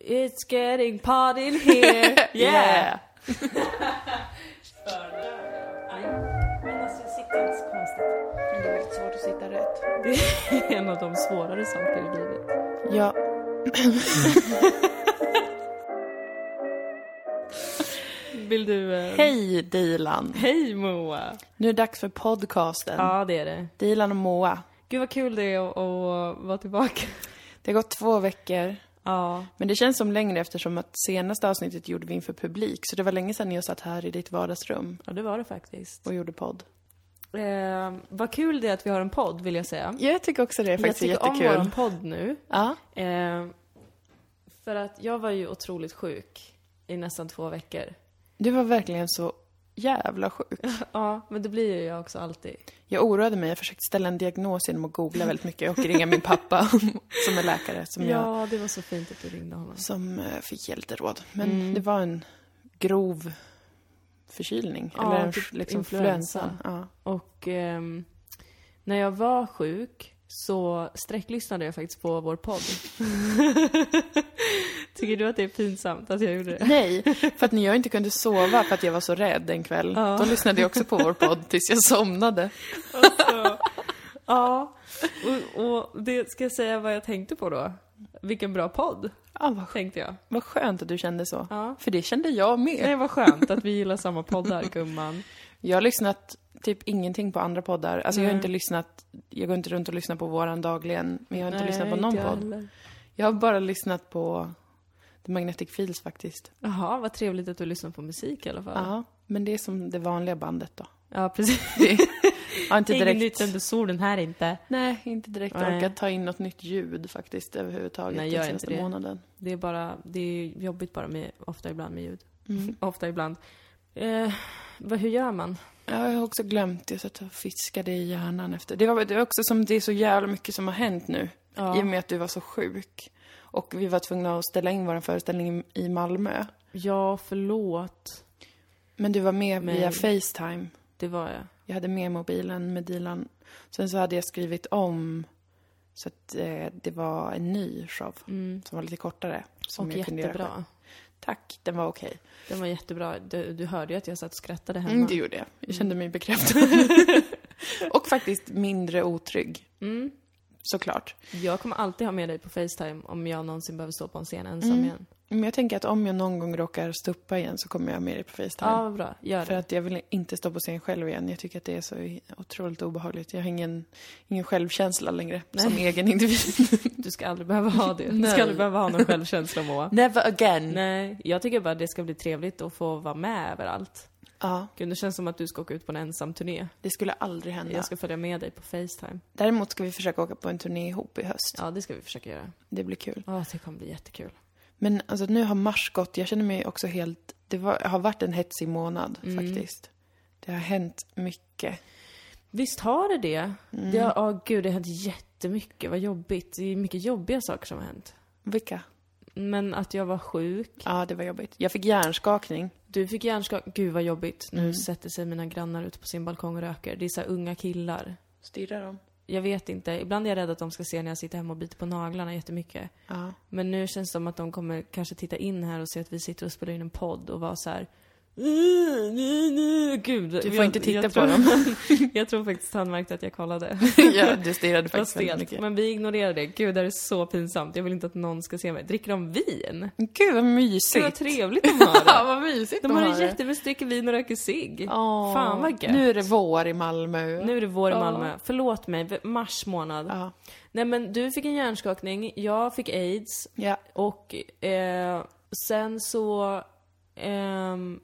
It's getting pot in here, yeah! Yeah. Nej, eh, men alltså jag sitter inte så konstigt. Men det är väldigt svårt att sitta rätt. Det är en av de svårare saker i livet. Ja. Vill du... Eh... Hej Dilan! Hej Moa! Nu är det dags för podcasten. Ja, det är det. Dilan och Moa. Gud vad kul det är att, att vara tillbaka. Det har gått två veckor. Ja. Men det känns som längre eftersom att senaste avsnittet gjorde vi inför publik. Så det var länge sedan jag satt här i ditt vardagsrum Ja, det var det faktiskt. och gjorde podd. Eh, vad kul det är att vi har en podd, vill jag säga. Jag tycker också det är Jag faktiskt tycker om jättekul. vår podd nu. Ja. Eh, för att jag var ju otroligt sjuk i nästan två veckor. Du var verkligen så jävla sjuk. Ja, men det blir ju jag också alltid. Jag oroade mig, jag försökte ställa en diagnos genom att googla väldigt mycket och ringa min pappa som är läkare som, jag, Ja, det var så fint att du ringde honom. som eh, fick ge lite råd. Men Mm. det var en grov förkylning, Ja, eller en typ f- liksom influensa. influensa. Ja. Och ehm, när jag var sjuk så sträcklyssnade jag faktiskt på vår podd. Tycker du att det är pinsamt att jag gjorde det? Nej, för att när jag inte kunde sova för att jag var så rädd en kväll, Ja. då lyssnade jag också på vår podd tills jag somnade. Så, ja, och, och det ska jag säga vad jag tänkte på då. Vilken bra podd, Ja, vad, sk- tänkte jag. vad skönt att du kände så. Ja. För det kände jag med. Nej, vad skönt att vi gillar samma poddar, gumman. Jag har lyssnat typ ingenting på andra poddar. Alltså jag har Nej. inte lyssnat, jag går inte runt och lyssnar på våran dagligen, men jag har inte Nej, lyssnat på någon inte jag podd. heller. Jag har bara lyssnat på The Magnetic Fields faktiskt. Jaha, vad trevligt att du lyssnar på musik i alla Ja. fall. men det är som det vanliga bandet då. Ja, precis. Jag har inte Inget nytt direkt, under solen här inte. nej, inte direkt Nej. orkat ta in något nytt ljud faktiskt överhuvudtaget Nej, den gör senaste inte det. månaden. Det är bara, det är jobbigt bara med, ofta ibland med ljud. Mm. Ofta ibland. Eh, vad, hur gör man? Ja, Jag har också glömt det, så att jag fiskade i hjärnan efter. Det var, det var också som det är så jävla mycket som har hänt nu. Ja. I och med att du var så sjuk. Och vi var tvungna att ställa in vår föreställning i i Malmö. Ja, förlåt. Men du var med Men- via Facetime. Det var jag. Jag hade med mobilen med Dilan. Sen så hade jag skrivit om så att eh, det var en ny show Mm. som var lite kortare. Som Och jag kunde göra själv. jättebra. Tack, den var okej. Den var jättebra. Du, du hörde ju att jag satt och skrattade hemma. Mm, det gjorde jag. Jag kände mig bekräftad. och faktiskt mindre otrygg, Mm. såklart. Jag kommer alltid ha med dig på Facetime om jag någonsin behöver stå på en scen ensam Mm. igen. Men jag tänker att om jag någon gång råkar stuppa igen så kommer jag med dig på Facetime. Ja, vad bra. Gör För det. att jag vill inte stå på scen själv igen. Jag tycker att det är så otroligt obehagligt. Jag har ingen, ingen självkänsla längre som egen individ. Du ska aldrig behöva ha det. Du Nej. Mm. ska aldrig behöva ha någon självkänsla, Moa. Never again. Nej, jag tycker bara det ska bli trevligt att få vara med överallt. Ja, Gud, det känns som att du ska åka ut på en ensam turné. det skulle aldrig hända. Jag ska följa med dig på Facetime. Däremot ska vi försöka åka på en turné ihop i höst. Ja, det ska vi försöka göra. Det blir kul. Ja, det kommer bli jättekul. Men alltså nu har mars gått. Jag känner mig också helt... Det var, har varit en hetsig månad faktiskt. Det har hänt mycket. Visst har det det? Mm. det har, åh gud, det har hänt jättemycket. Vad jobbigt. Det är mycket jobbiga saker som har hänt. Vilka? Men att jag var sjuk. Ja, det var jobbigt. Jag fick hjärnskakning. Du fick hjärnskakning. Gud vad jobbigt. Nu Mm. sätter sig mina grannar ute på sin balkong och röker. Det är så här unga killar. Stirra dem. Jag vet inte. Ibland är jag rädd att de ska se när jag sitter hemma och biter på naglarna jättemycket. Ja. Men nu känns det som att de kommer kanske titta in här och se att vi sitter och spelar in en podd och vara så här. "Äh, Gud, Du får jag- inte titta jag på tror- dem. Jag tror faktiskt han märkte att jag kollade. ja, du stirrade Vad faktiskt väldigt stelt. mycket. Men vi ignorerar det. Gud, det här är så pinsamt. Jag vill inte att någon ska se mig. Dricker de vin? Gud vad Gud vad mysigt. trevligt de har det. vad mysigt De har det jättemysigt, dricker vin och röker cigg. Åh, Fan vad gött. Nu är det vår i Malmö. Nu är det vår i Ja. Malmö. Förlåt mig, v- mars månad. Ja. Nej men du fick en hjärnskakning, jag fick aids ja. och eh, sen så ehm,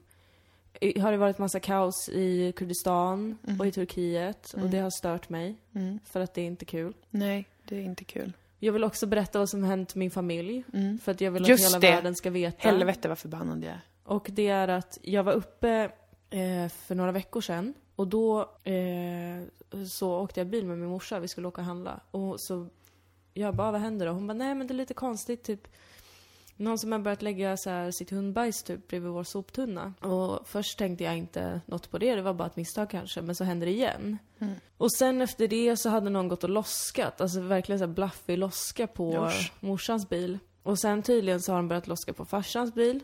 i- har det varit massa kaos i Kurdistan och i Turkiet och det har stört mig Mm. för att det är inte kul. Nej, det är inte kul. Jag vill också berätta vad som hänt min familj. Mm. För att jag vill Just att hela det. världen ska veta. Helvete vad förbannad jag är. Och det är att jag var uppe eh, för några veckor sedan. Och då eh, så åkte jag bil med min morsa, vi skulle åka och handla. Och så jag bara, "Ah, vad händer då? Hon bara, nej men det är lite konstigt typ. Någon som har börjat lägga så här, sitt hundbajs typ bredvid vår soptunna. Och först tänkte jag inte något på det, det var bara ett misstag kanske. Men så hände det igen. Och sen efter det så hade någon gått och loskat, alltså verkligen så här blaffig loska på Usch. morsans bil. Och sen tydligen så har de börjat loska på farsans bil.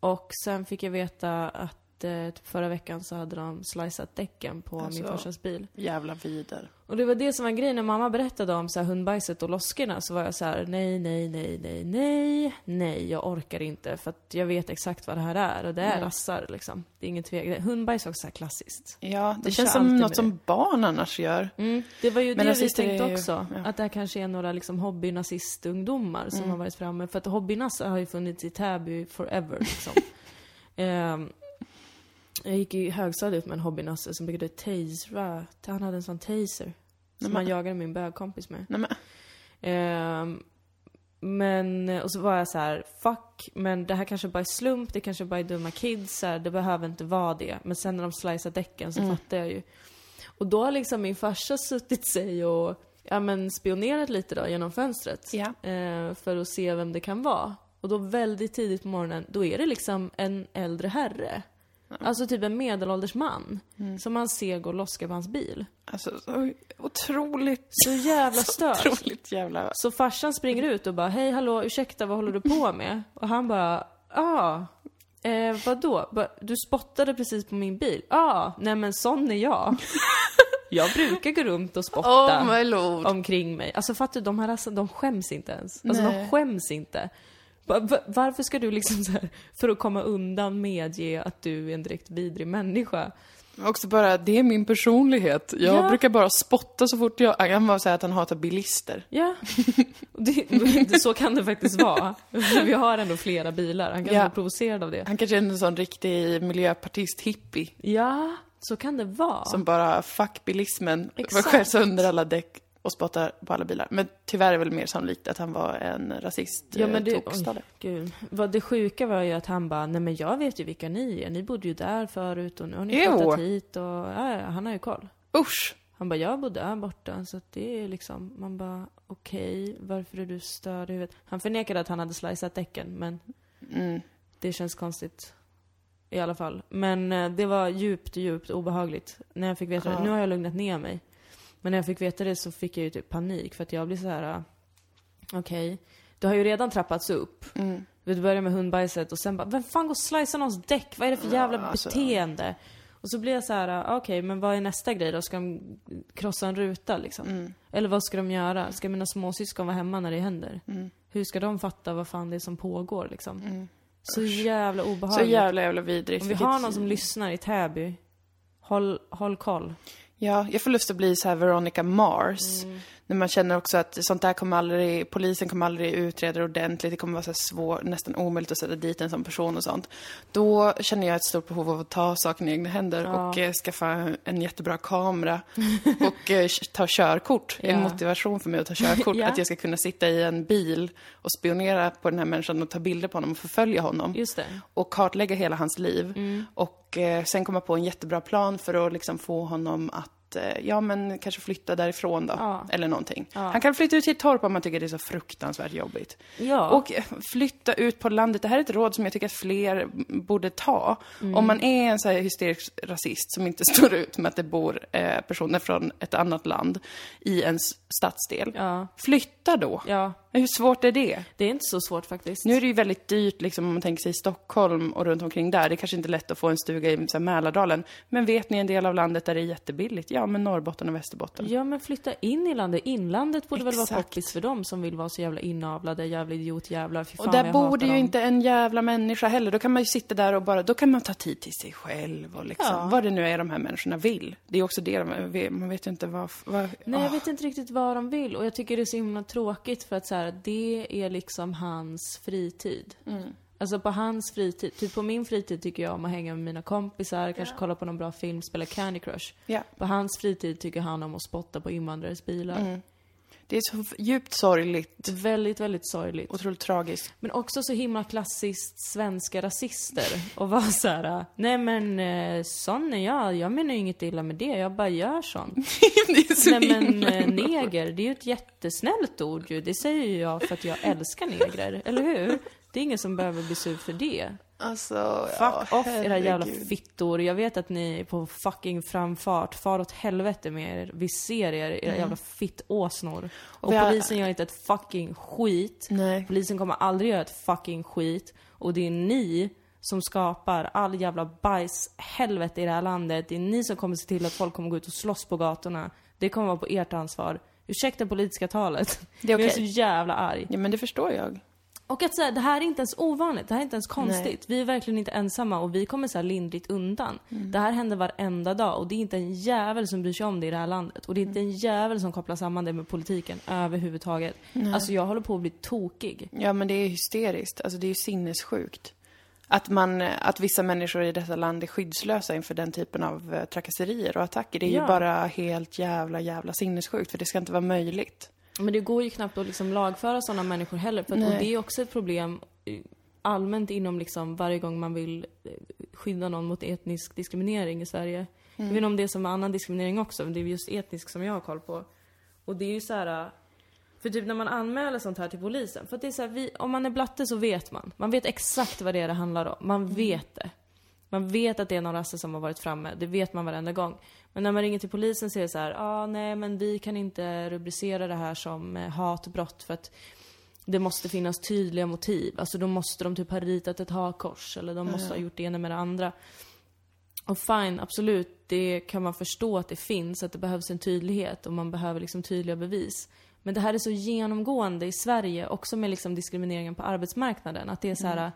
Och sen fick jag veta att eh, typ förra veckan så hade de slicat däcken på Alltså. min farsas bil. Jävla vider. Och det var det som var grejen, när mamma berättade om så här hundbajset och loskorna så var jag så här: nej, nej, nej, nej, nej, nej, jag orkar inte för att jag vet exakt vad det här är och det är Mm. rassar liksom. Det är ingen tvekan. Hundbajs är också så här klassiskt. Ja, det De känns kör som alltid något med som barn annars gör. Mm, det var ju Men det vi nazister tänkte är ju- också. ja. Att det här kanske är några liksom hobbynazistungdomar som Mm. har varit framme. För att hobbynassar har ju funnits i Täby forever liksom. Ehm, jag gick i högstadiet med en hobbynasse som brukade tasera. Han hade en sån taser. Nej, Som men- han jagade min bögkompis med. Nej, men, Ehm, men, och så var jag så här: fuck, men det här kanske bara är slump, det kanske bara är dumma kids, så här, det behöver inte vara det. Men sen när de slicear däcken så Mm. fattar jag ju. Och då har liksom min farsa suttit sig och, ja men spionerat lite då genom fönstret. ja. Eh, för att se vem det kan vara. Och då väldigt tidigt på morgonen, då är det liksom en äldre herre. Alltså typ en medelålders man. Mm. Som man ser gå och loska på hans bil. Alltså, så otroligt, Så jävla så stört. otroligt jävla... Så farsan springer ut och bara hej hallå ursäkta vad håller du på med? Och han bara ja, ah, eh, vadå? Ba, du spottade precis på min bil? Ja, ah, nej men sån är jag. jag brukar gå runt och spotta lord. omkring mig. Alltså fattar du, de här rassen, de skäms inte ens. Alltså Nej. de skäms inte. Va- va- varför ska du liksom så här, för att komma undan medge att du är en direkt vidrig människa? Också bara, det är min personlighet. Jag Ja. brukar bara spotta så fort jag... Han var säga att han hatar bilister. Ja, Och det, så kan det faktiskt vara. Vi har ändå flera bilar, han kanske Ja. ja. blir provocerad av det. Han kanske är en sån riktig miljöpartist-hippie. Ja, så kan det vara. Som bara, fuck bilismen, Exakt. skär sönder alla däck och spottar på alla bilar. Men tyvärr är det väl mer sannolikt att han var en rasist, Ja, men eh, det- tokstolle. Gud. Vad det sjuka var ju att han bara, nej men jag vet ju vilka ni är. Ni bodde ju där förut och nu har ni Jo. flyttat hit och ja, ja, han har ju koll. Usch! Han bara, jag bodde här borta. Så att det är liksom, man bara, okej, varför är du störd i huvudet? Han förnekade att han hade slicat däcken, men Mm. det känns konstigt. I alla fall. Men eh, det var djupt, djupt obehagligt. När jag fick veta Ja. det. Nu har jag lugnat ner mig. Men när jag fick veta det så fick jag ju typ panik för att jag blir så här. eh, Okej, det har ju redan trappats upp. Mm. Vi börjar med hundbajset och sen bara, vem fan går och slicear någons däck? Vad är det för jävla Ja, alltså. beteende? Och så blir jag så här, ah, okej, men vad är nästa grej då? Ska de krossa en ruta liksom? Mm. Eller vad ska de göra? Ska mina småsyskon vara hemma när det händer? Mm. Hur ska de fatta vad fan det är som pågår liksom? Mm. Så jävla Så obehagligt. jävla, jävla vidrigt. Om vi Vilket- har någon som lyssnar i Täby, håll, håll koll. Ja, jag får lust att bli så här Veronica Mars. Mm. När man känner också att sånt där kommer aldrig, polisen kommer aldrig utreda det ordentligt, det kommer vara så här svår, nästan omöjligt att sätta dit en sån person och sånt. Då känner jag ett stort behov av att ta saken i egna händer Ja. och eh, skaffa en jättebra kamera och eh, ta körkort. Ja. En motivation för mig att ta körkort, Ja. att jag ska kunna sitta i en bil och spionera på den här människan och ta bilder på honom och förfölja honom Just det. och kartlägga hela hans liv. Mm. Och eh, sen komma på en jättebra plan för att liksom få honom att, eh, ja men kanske flytta därifrån då, Ja. eller någonting. Ja. Han kan flytta ut till ett torp om man tycker det är så fruktansvärt jobbigt. Ja. Och eh, flytta ut på landet, det här är ett råd som jag tycker att fler borde ta. Mm. Om man är en så här hysterisk rasist som inte står ut med att det bor eh, personer från ett annat land i ens stadsdel. ja. Flytta då! Ja. Hur svårt är det? Det är inte så svårt faktiskt. Nu är det ju väldigt dyrt liksom, om man tänker sig i Stockholm och runt omkring där. Det är kanske inte är lätt att få en stuga i så här, Mälardalen. Men vet ni en del av landet där det är jättebilligt? Ja, men Norrbotten och Västerbotten. Ja men flytta in i landet. Inlandet borde väl vara Exakt. poppis för dem som vill vara så jävla inavlade, jävla idiotjävlar. Fy fan och vad där jag bor hatar det ju dem. inte en jävla människa heller. Då kan man ju sitta där och bara, då kan man ta tid till sig själv och liksom, Ja. vad det nu är de här människorna vill. Det är ju också det de, man vet ju inte vad, vad Nej, jag åh. vet inte riktigt vad de vill och jag tycker det är så himla tråkigt för att så här, det är liksom hans fritid. Mm. Alltså på hans fritid. Typ på min fritid tycker jag om att hänga med mina kompisar, kanske kolla på någon bra film, spela Candy Crush. Ja. På hans fritid tycker han om att spotta på invandrares bilar. Mm. Det är så djupt sorgligt, Det är väldigt, väldigt sorgligt. otroligt tragiskt. Men också så himla klassiskt svenska rasister. Och vara så här: nej men eh, sån är jag, jag menar ju inget illa med det, jag bara gör sånt. det är så Nej men himla- eh, neger, det är ju ett jättesnällt ord ju. Det säger ju jag för att jag älskar negrer, eller hur? Det är ingen som behöver bli sur för det. Alltså, Fuck ja, off era jävla herregud. fittor. Jag vet att ni är på fucking framfart. Far åt helvete med er. Vi ser er, era jävla fittåsnor. Och Mm. Vi har- polisen gör inte ett fucking skit. Nej. Polisen kommer aldrig göra ett fucking skit. Och det är ni som skapar all jävla bajshelvete i det här landet. Det är ni som kommer se till att folk kommer gå ut och slåss på gatorna. Det kommer vara på ert ansvar. Ursäkta politiska talet. Det är Men Jag är okej. så jävla arg. Ja, men det förstår jag. Och att så här, det här är inte ens ovanligt, det här är inte ens konstigt. Vi är verkligen inte ensamma och vi kommer så här lindrigt undan. Det här händer varenda dag och det är inte en jävel som bryr sig om det i det här landet. Och det är inte en jävel som kopplar samman det med politiken överhuvudtaget. Alltså jag håller på att bli tokig. Ja, men det är hysteriskt. Alltså, det är ju sinnessjukt. Att, man, att vissa människor i detta land är skyddslösa inför den typen av eh, trakasserier och attacker, det är Ja. ju bara helt jävla, jävla sinnessjukt. För det ska inte vara möjligt. Men det går ju knappt att liksom lagföra sådana människor heller. För att, Nej. och det är också ett problem eh, allmänt inom liksom varje gång man vill eh, skydda någon mot etnisk diskriminering i Sverige. Jag vet inte om det är som med annan diskriminering också, men det är just etnisk som jag har koll på. Och det är ju så här. eh, För typ när man anmäler sånt här till polisen, för att det är så här, vi, om man är blatte så vet man. Man vet exakt vad det är det handlar om. Man vet det. Man vet att det är någon rasse som har varit framme, det vet man varenda gång. Men när man ringer till polisen så är det så här, ja ah, nej men vi kan inte rubricera det här som eh, hatbrott för att det måste finnas tydliga motiv. Alltså då måste de typ ha ritat ett hakkors eller de måste ha gjort det ena med det andra. Och fine, absolut, det kan man förstå att det finns, att det behövs en tydlighet och man behöver liksom tydliga bevis. Men det här är så genomgående i Sverige, också med liksom diskrimineringen på arbetsmarknaden, att det är så här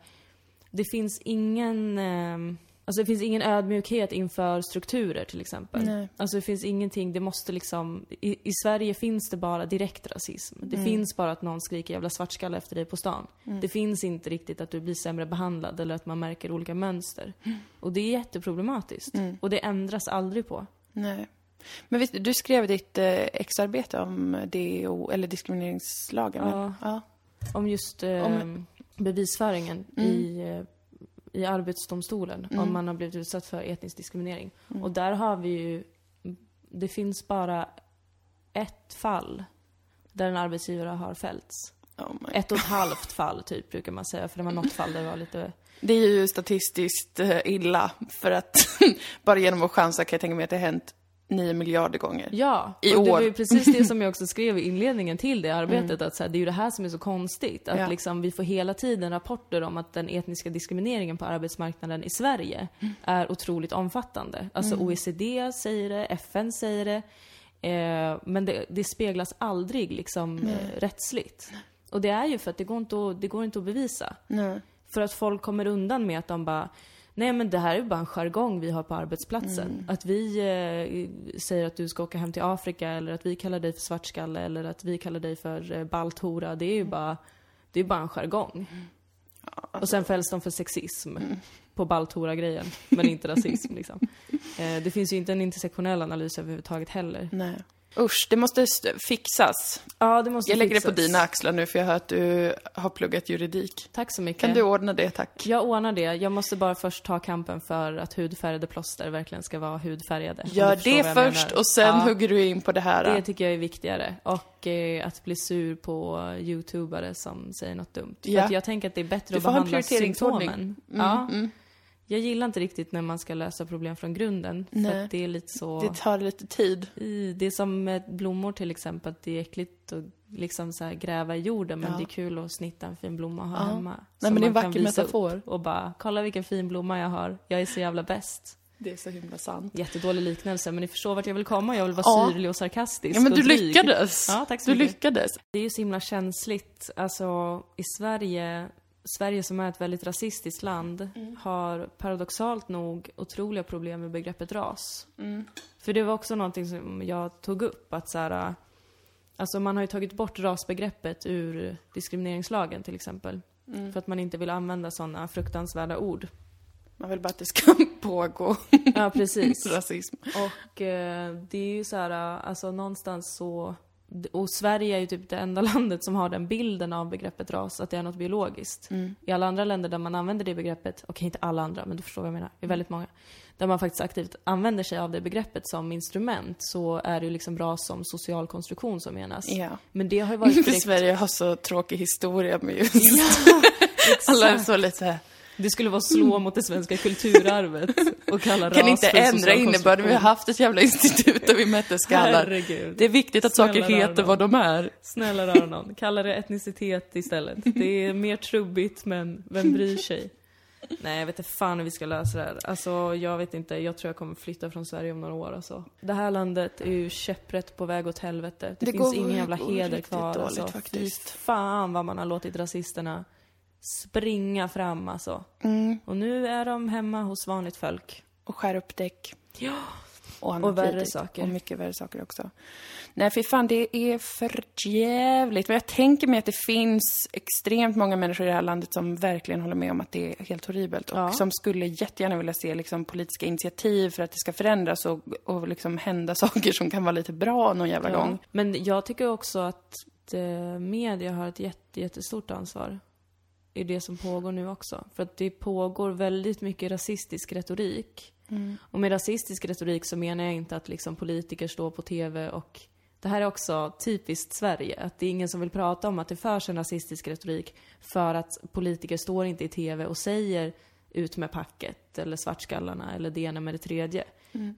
det finns ingen ehm, Alltså det finns ingen ödmjukhet inför strukturer till exempel. Nej. Alltså det finns ingenting, det måste liksom... I, I Sverige finns det bara direkt rasism. Det finns bara att någon skriker jävla svartskalle efter dig på stan. Det finns inte riktigt att du blir sämre behandlad eller att man märker olika mönster. Och det är jätteproblematiskt. Och det ändras aldrig på. Mm. Nej. Men visst, du skrev ditt eh, exarbete om DO, eller diskrimineringslagen? väl? Ja. ja. Om just eh, Om- bevisföringen i, eh, i Arbetsdomstolen om man har blivit utsatt för etnisk diskriminering. Och där har vi ju, det finns bara ett fall där en arbetsgivare har fällts. Oh my. Ett och ett halvt fall typ brukar man säga, för det var något fall där det var lite... Det är ju statistiskt eh, illa, för att bara genom att chansa kan jag tänka mig att det har hänt nio miljarder gånger. Ja, I och det år. var ju precis det som jag också skrev i inledningen till det arbetet, att så här, det är ju det här som är så konstigt. Att Ja. liksom, vi får hela tiden rapporter om att den etniska diskrimineringen på arbetsmarknaden i Sverige är otroligt omfattande. Alltså OECD säger det, FN säger det, eh, men det, det speglas aldrig liksom, eh, rättsligt. Och det är ju för att det går inte att, det går inte att bevisa. Nej. För att folk kommer undan med att de bara Nej men det här är ju bara en jargong vi har på arbetsplatsen. Mm. Att vi eh, säger att du ska åka hem till Afrika eller att vi kallar dig för svartskalle eller att vi kallar dig för eh, balthora. Det är Mm. ju bara, det är bara en jargong. Och sen fälls de för sexism Mm. på balthora-grejen, men inte rasism liksom. Eh, det finns ju inte en intersektionell analys överhuvudtaget heller. Nej. Usch, det måste st- fixas. Ja, det måste Jag lägger det på fixas. dina axlar nu, för jag hör att du har pluggat juridik. Tack så mycket. Kan du ordna det, tack? Jag ordnar det. Jag måste bara först ta kampen för att hudfärgade plåster verkligen ska vara hudfärgade. Om Gör du förstår det vad jag först menar. och sen Ja, hugger du in på det här. Det tycker jag är viktigare. Och eh, att bli sur på youtubare som säger något dumt. För Ja. att jag tänker att det är bättre Du att får ha en behandla prioriteringsordning. Mm, symptomen. ja. Jag gillar inte riktigt när man ska lösa problem från grunden. För Nej. att det är lite så... det tar lite tid. I- Det är som med blommor till exempel, att det är äckligt att liksom så här gräva i jorden men Ja. det är kul att snitta en fin blomma och ha Ja. hemma. Nej, Som men det är en man kan vacker visa upp metafor. Och bara, kolla vilken fin blomma jag har, jag är så jävla bäst. Det är så himla sant. Jättedålig liknelse men ni förstår vart jag vill komma, jag vill vara Ja. syrlig och sarkastisk Ja, men och du dryg. lyckades. Ja, tack så Du mycket. lyckades. Det är ju så himla känsligt. Alltså, i Sverige, Sverige som är ett väldigt rasistiskt land, Mm. har paradoxalt nog otroliga problem med begreppet ras. Mm, För det var också någonting som jag tog upp, att så här, alltså man har ju tagit bort rasbegreppet ur diskrimineringslagen till exempel. Mm. För att man inte vill använda sådana fruktansvärda ord. Man vill bara att det ska pågå Ja, precis. rasism. Och eh, det är ju så här, eh, alltså någonstans så... Och Sverige är ju typ det enda landet som har den bilden av begreppet ras, att det är något biologiskt. Mm. I alla andra länder där man använder det begreppet, okej inte alla andra, men du förstår vad jag menar, det är väldigt många. Där man faktiskt aktivt använder sig av det begreppet som instrument så är det ju liksom ras som social konstruktion som menas. Ja. Men det har ju varit direkt... Sverige har så tråkig historia med just... Ja, Alla är så lite... Det skulle vara slå mot det svenska kulturarvet och kalla ras Kan inte för ändra social innebörden, vi har haft ett jävla institut där vi mätte skallar. Herregud. Det är viktigt att saker Snälla heter rara. vad de är. Snälla rör någon. Kalla det etnicitet istället. Det är mer trubbigt, men vem bryr sig? Nej, jag vet inte fan hur vi ska lösa det här. Alltså, jag vet inte. Jag tror jag kommer flytta från Sverige om några år alltså. Det här landet är ju käpprätt på väg åt helvete. Det, Det finns går- ingen jävla det går heder riktigt kvar dåligt, alltså. faktiskt. Fy fan vad man har låtit rasisterna springa fram alltså. Och nu är de hemma hos vanligt folk. Mm, Och skärpdäck. Ja. Och, annat Och värre litet. saker. Och mycket värre saker också. Nej, fy fan, det är för jävligt. Men jag tänker mig att det finns extremt många människor i det här landet som verkligen håller med om att det är helt horribelt. Och Ja. som skulle jättegärna vilja se liksom, politiska initiativ för att det ska förändras och, och liksom, hända saker som kan vara lite bra någon jävla Ja. gång. Men jag tycker också att eh, media har ett jätte, jättestort ansvar i det som pågår nu också. För att det pågår väldigt mycket rasistisk retorik. Och med rasistisk retorik så menar jag inte att liksom politiker står på TV och det här är också typiskt Sverige, att det är ingen som vill prata om att det förs en rasistisk retorik för att politiker står inte i TV och säger ut med packet eller svartskallarna eller det ena med det tredje.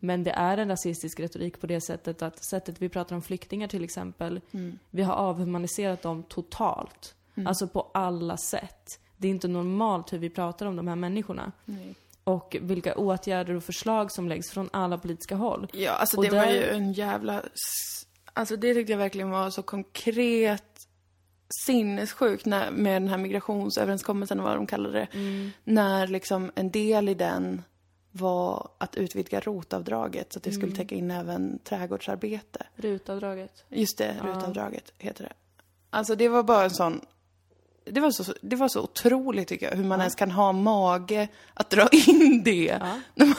Men det är en rasistisk retorik på det sättet att sättet vi pratar om flyktingar till exempel, vi har avhumaniserat dem totalt. Alltså på alla sätt. Det är inte normalt hur vi pratar om de här människorna. Och vilka åtgärder och förslag som läggs från alla politiska håll. Ja, alltså Och det var där- ju en jävla... s- Alltså det tyckte jag verkligen var så konkret sinnessjukt när, med den här migrationsöverenskommelsen, vad de kallade det. Mm. När liksom en del i den var att utvidga rotavdraget så att det Mm. skulle täcka in även trädgårdsarbete. Rutavdraget. Just det, rutavdraget heter det. Alltså det var bara en sån... Det var, så, det var så otroligt tycker jag, hur man ens kan ha mage att dra in det. När, man,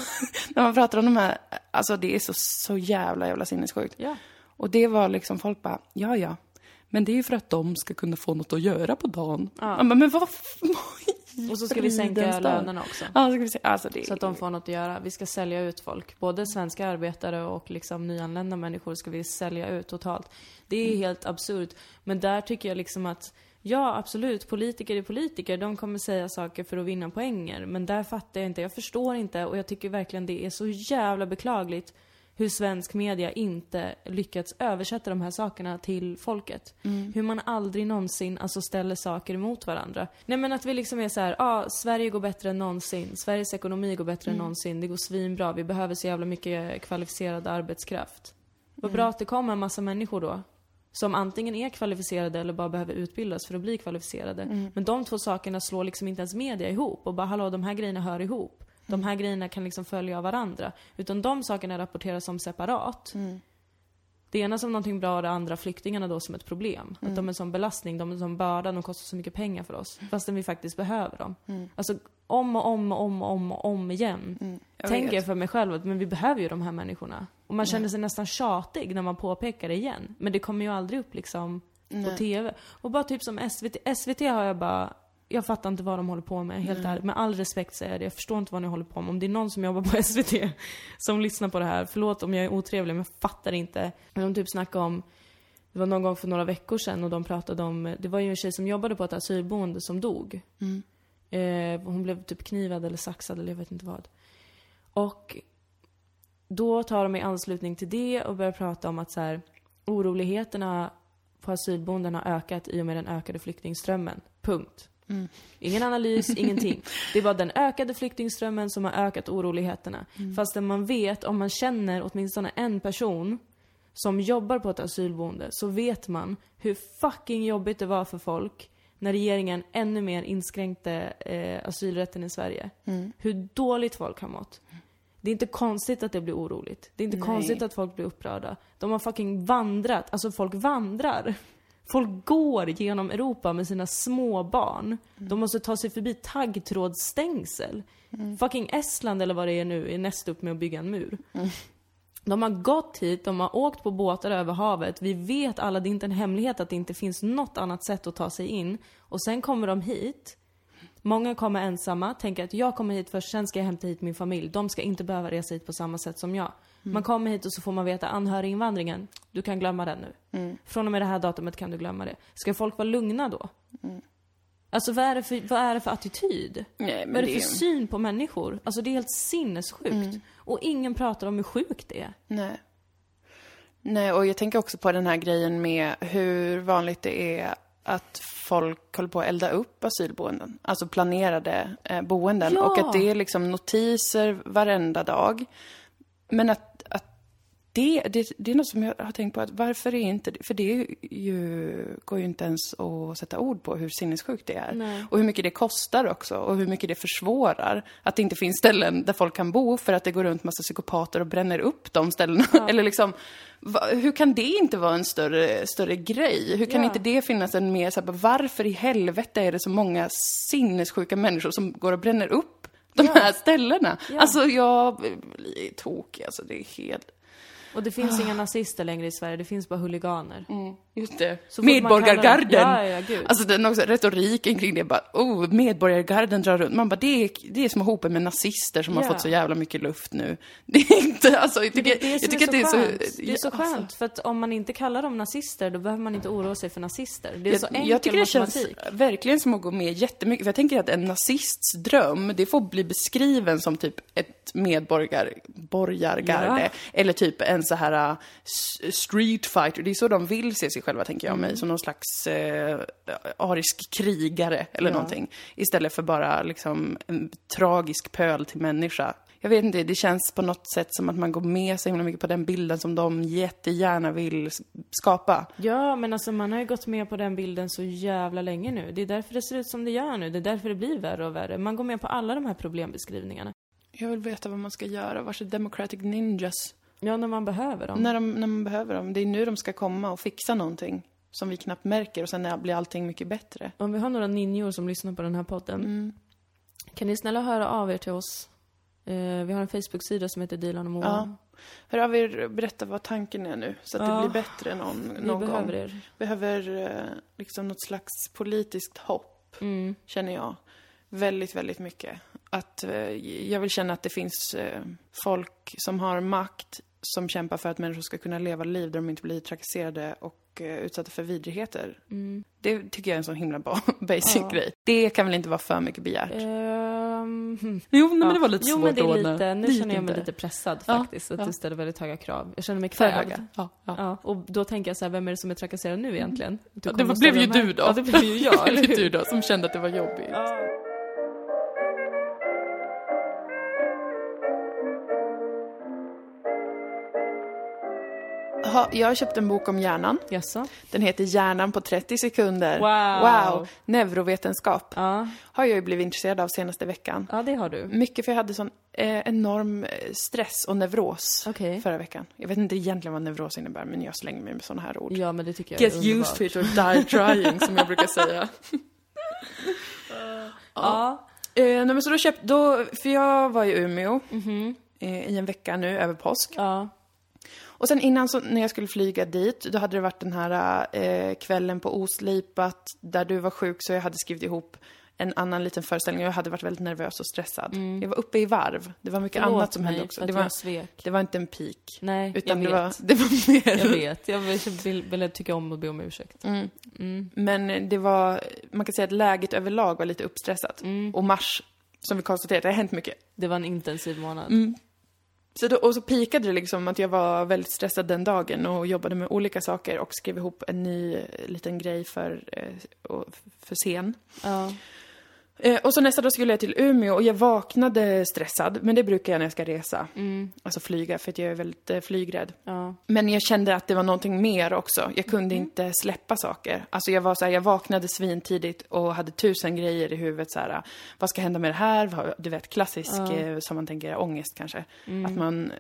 när man pratar om de här, alltså det är så, så jävla jävla sinnessjukt. Ja. Och det var liksom, folk bara, ja ja, men det är ju för att de ska kunna få något att göra på dagen. Ja. men, men vad... Och så ska vi sänka Fridens dag. lönerna också. Ja, så ska vi se, alltså det Så att de får något att göra. Vi ska sälja ut folk. Både svenska arbetare och liksom nyanlända människor ska vi sälja ut totalt. Det är helt absurt. Men där tycker jag liksom att, ja absolut, politiker är politiker. De kommer säga saker för att vinna poänger. Men där fattar jag inte, jag förstår inte och jag tycker verkligen det är så jävla beklagligt hur svensk media inte lyckats översätta de här sakerna till folket. Hur man aldrig någonsin alltså, ställer saker emot varandra. Nej men att vi liksom är så här, ja, Sverige går bättre än någonsin, Sveriges ekonomi går bättre än någonsin, det går svinbra, vi behöver så jävla mycket kvalificerad arbetskraft. Vad bra att det kommer en massa människor då. Som antingen är kvalificerade eller bara behöver utbildas för att bli kvalificerade. Men de två sakerna slår liksom inte ens media ihop och bara hallå de här grejerna hör ihop. De här grejerna kan liksom följa av varandra. Utan de sakerna rapporteras som Mm. separat. Det ena som någonting bra och det andra flyktingarna då som ett problem. Att de är som belastning, de är som börda, de kostar så mycket pengar för oss. Fastän vi faktiskt behöver dem. Alltså om och om och om och om, och om igen. mm. jag vet. tänker jag för mig själv att men vi behöver ju de här människorna. Och man känner sig nästan tjatig när man påpekar det igen. Men det kommer ju aldrig upp liksom på TV. Och bara typ som SVT, SVT har jag bara jag fattar inte vad de håller på med, helt ärligt. Med all respekt säger jag det, jag förstår inte vad ni håller på med. Om det är någon som jobbar på SVT som lyssnar på det här, förlåt om jag är otrevlig men jag fattar inte. Men de typ snackar om, det var någon gång för några veckor sedan och de pratade om, det var ju en tjej som jobbade på ett asylboende som dog. Mm. Eh, hon blev typ knivad eller saxad eller jag vet inte vad. Och då tar de i anslutning till det och börjar prata om att så här, oroligheterna på asylboenden har ökat i och med den ökade flyktingströmmen. Punkt. Ingen analys, ingenting. Det är bara den ökade flyktingströmmen som har ökat oroligheterna. Fastän man vet, om man känner åtminstone en person som jobbar på ett asylboende så vet man hur fucking jobbigt det var för folk när regeringen ännu mer inskränkte eh, asylrätten i Sverige. Mm. Hur dåligt folk har mått. Det är inte konstigt att det blir oroligt. Det är inte konstigt att folk blir upprörda. De har fucking vandrat, alltså folk vandrar. Folk går genom Europa med sina små barn. De måste ta sig förbi taggtrådsstängsel. Fucking Estland eller vad det är nu är näst upp med att bygga en mur. De har gått hit, de har åkt på båtar över havet. Vi vet alla, det är inte en hemlighet att det inte finns något annat sätt att ta sig in. Och sen kommer de hit. Många kommer ensamma, tänker att jag kommer hit först, sen ska jag hämta hit min familj. De ska inte behöva resa hit på samma sätt som jag. Man kommer hit och så får man veta anhöriginvandringen, du kan glömma den nu. Från och med det här datumet kan du glömma det. Ska folk vara lugna då? Alltså vad är det för, vad är det för attityd? Nej, Vad är men det det... för syn på människor? Alltså det är helt sinnessjukt. Och ingen pratar om hur sjukt det är. Nej. Nej, och jag tänker också på den här grejen med hur vanligt det är att folk håller på att elda upp asylboenden, alltså planerade eh, boenden. Ja. Och att det är liksom notiser varenda dag. Men att, att det, det, det är något som jag har tänkt på, att varför är inte det, för det är ju, går ju inte ens att sätta ord på hur sinnessjukt det är. Nej. Och hur mycket det kostar också, och hur mycket det försvårar att det inte finns ställen där folk kan bo för att det går runt massa psykopater och bränner upp de ställena. Eller liksom, va, hur kan det inte vara en större, större grej? Hur kan Ja. inte det finnas en mer så här, varför i helvete är det så många sinnessjuka människor som går och bränner upp de här ställena? Ja. Alltså jag blir tokig, alltså det är helt Och det finns inga nazister längre i Sverige, det finns bara huliganer. Just det. Så fort man medborgargarden. kallar- Ja, ja, gud. Alltså den också, retoriken kring det bara, oh, medborgargarden drar runt. Man bara, det är, det är som hopen med nazister som Ja. har fått så jävla mycket luft nu. Det är inte, alltså jag tycker, Det, det, är, jag jag tycker att det är så... så Det är så ja, alltså, skönt, för att om man inte kallar dem nazister, då behöver man inte oroa sig för nazister. Det är så enkel jag, jag tycker det känns matematik. verkligen som att gå med jättemycket. För jag tänker att en nazists dröm, det får bli beskriven som typ ett medborgargarde. Ja. Eller typ en så här eh, s- street fighter. Det är så de vill se sig själva, tänker jag Mm. mig. Som någon slags eh, arisk krigare eller Ja. någonting. Istället för bara liksom en tragisk pöl till människa. Jag vet inte, det känns på något sätt som att man går med så himla mycket på den bilden som de jättegärna vill s- skapa. Ja, men alltså man har ju gått med på den bilden så jävla länge nu. Det är därför det ser ut som det gör nu. Det är därför det blir värre och värre. Man går med på alla de här problembeskrivningarna. Jag vill veta vad man ska göra. Vars är Democratic Ninjas? Ja, när man behöver dem. När, de, när man behöver dem. Det är nu de ska komma och fixa någonting som vi knappt märker och sen är- blir allting mycket bättre. Mm. Om vi har några ninjor som lyssnar på den här podden, kan ni snälla höra av er till oss? Eh, vi har en Facebook-sida som heter Dilan och Moa. Ja. Hör av er, berätta vad tanken är nu så att Ja. det blir bättre någon, vi någon behöver gång. er. Behöver eh, liksom något slags politiskt hopp, Mm. känner jag. Väldigt, väldigt mycket. Att eh, jag vill känna att det finns eh, folk som har makt som kämpar för att människor ska kunna leva liv där de inte blir trakasserade och eh, utsatta för vidrigheter. Mm. Det tycker jag är en sån himla ba- basic Ja. grej. Det kan väl inte vara för mycket begärt? Ehm, hm. Eh, jo, nej, Ja. men det var lite jo, svårt men det att är ordna. lite, nu Det gick känner jag mig inte. lite pressad Ja, faktiskt. Att ja. du ställer väldigt höga krav. Jag känner mig För kvävd. höga. Ja, ja. Mm. Ja, och då tänker jag så här, vem är det som är trakasserad nu egentligen? Du Ja, kommer det att blev ställa ju de här- du då. Ja, det blev ju jag, det eller blev hur? du då som kände att det var jobbigt. Ja. Ha, jag har köpt en bok om hjärnan. Jaså? Den heter Hjärnan på 30 sekunder. Wow. wow. Neurovetenskap Ja. har jag ju blivit intresserad av senaste veckan. ja, det har du. Mycket för jag hade sån eh, enorm eh, stress och neuros Okej. förra veckan. Jag vet inte egentligen vad neuros innebär, men jag slänger mig med såna här ord. Ja, men det tycker jag Get är underbart. used to it or die trying, som jag brukar säga. Ja. Eh, nej men så då köpte, då, för jag var i Umeå Mhm. eh, i en vecka nu över påsk. ja. Och sen innan så, när jag skulle flyga dit, då hade det varit den här eh, kvällen på Oslipat där du var sjuk så jag hade skrivit ihop en annan liten föreställning och jag hade varit väldigt nervös och stressad. Jag var uppe i varv. Det var mycket Mm. Förlåt annat som hände mig också. för Det att var, jag svek. det var inte en peak. Nej, utan jag det var, vet. det var mer Jag vet. Jag vill, vill, vill tycka om att be om ursäkt. Mm. Mm. Men det var, man kan säga att läget överlag var lite uppstressat. Mm. Och mars, som vi konstaterat, det har hänt mycket. Det var en intensiv månad. Mm. Så då, och så pikade det liksom att jag var väldigt stressad den dagen och jobbade med olika saker och skrev ihop en ny eh, liten grej för, eh, och- för scen. Ja. Eh, och så nästa dag skulle jag till Umeå och jag vaknade stressad, men det brukar jag när jag ska resa. Alltså flyga, för att jag är väldigt eh, flygrädd. Mm. ja. Men jag kände att det var någonting mer också. Jag kunde inte släppa saker. Alltså jag var så här, jag vaknade svintidigt och hade tusen grejer i huvudet så här. "Ah, Vad ska hända med det här? Vad- Du vet, klassisk, eh, som man tänker, ångest kanske. Mm. Att man eh,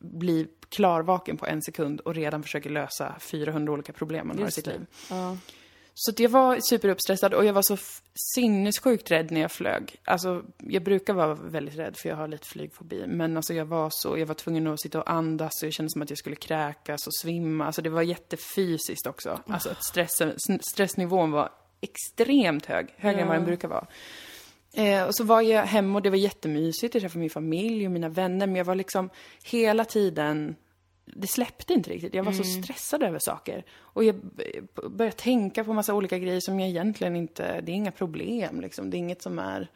blir klarvaken på en sekund och redan försöker lösa 400 olika problem man har i Just sitt det. liv. Ja. Så att jag var superuppstressad och jag var så f- sinnessjukt rädd när jag flög. Alltså, jag brukar vara väldigt rädd för jag har lite flygfobi. Men alltså jag var så, jag var tvungen att sitta och andas och jag kände som att jag skulle kräkas och svimma. Alltså det var jättefysiskt också. Alltså att stressen, s- stressnivån var extremt hög. Högre än vad den brukar vara. Eh, och så var jag hemma och det var jättemysigt. Jag träffade min familj och mina vänner. Men jag var liksom hela tiden det släppte inte riktigt. Jag var så stressad över saker. Och jag b- började tänka på massa olika grejer som jag egentligen inte, det är inga problem liksom. Det är inget som är,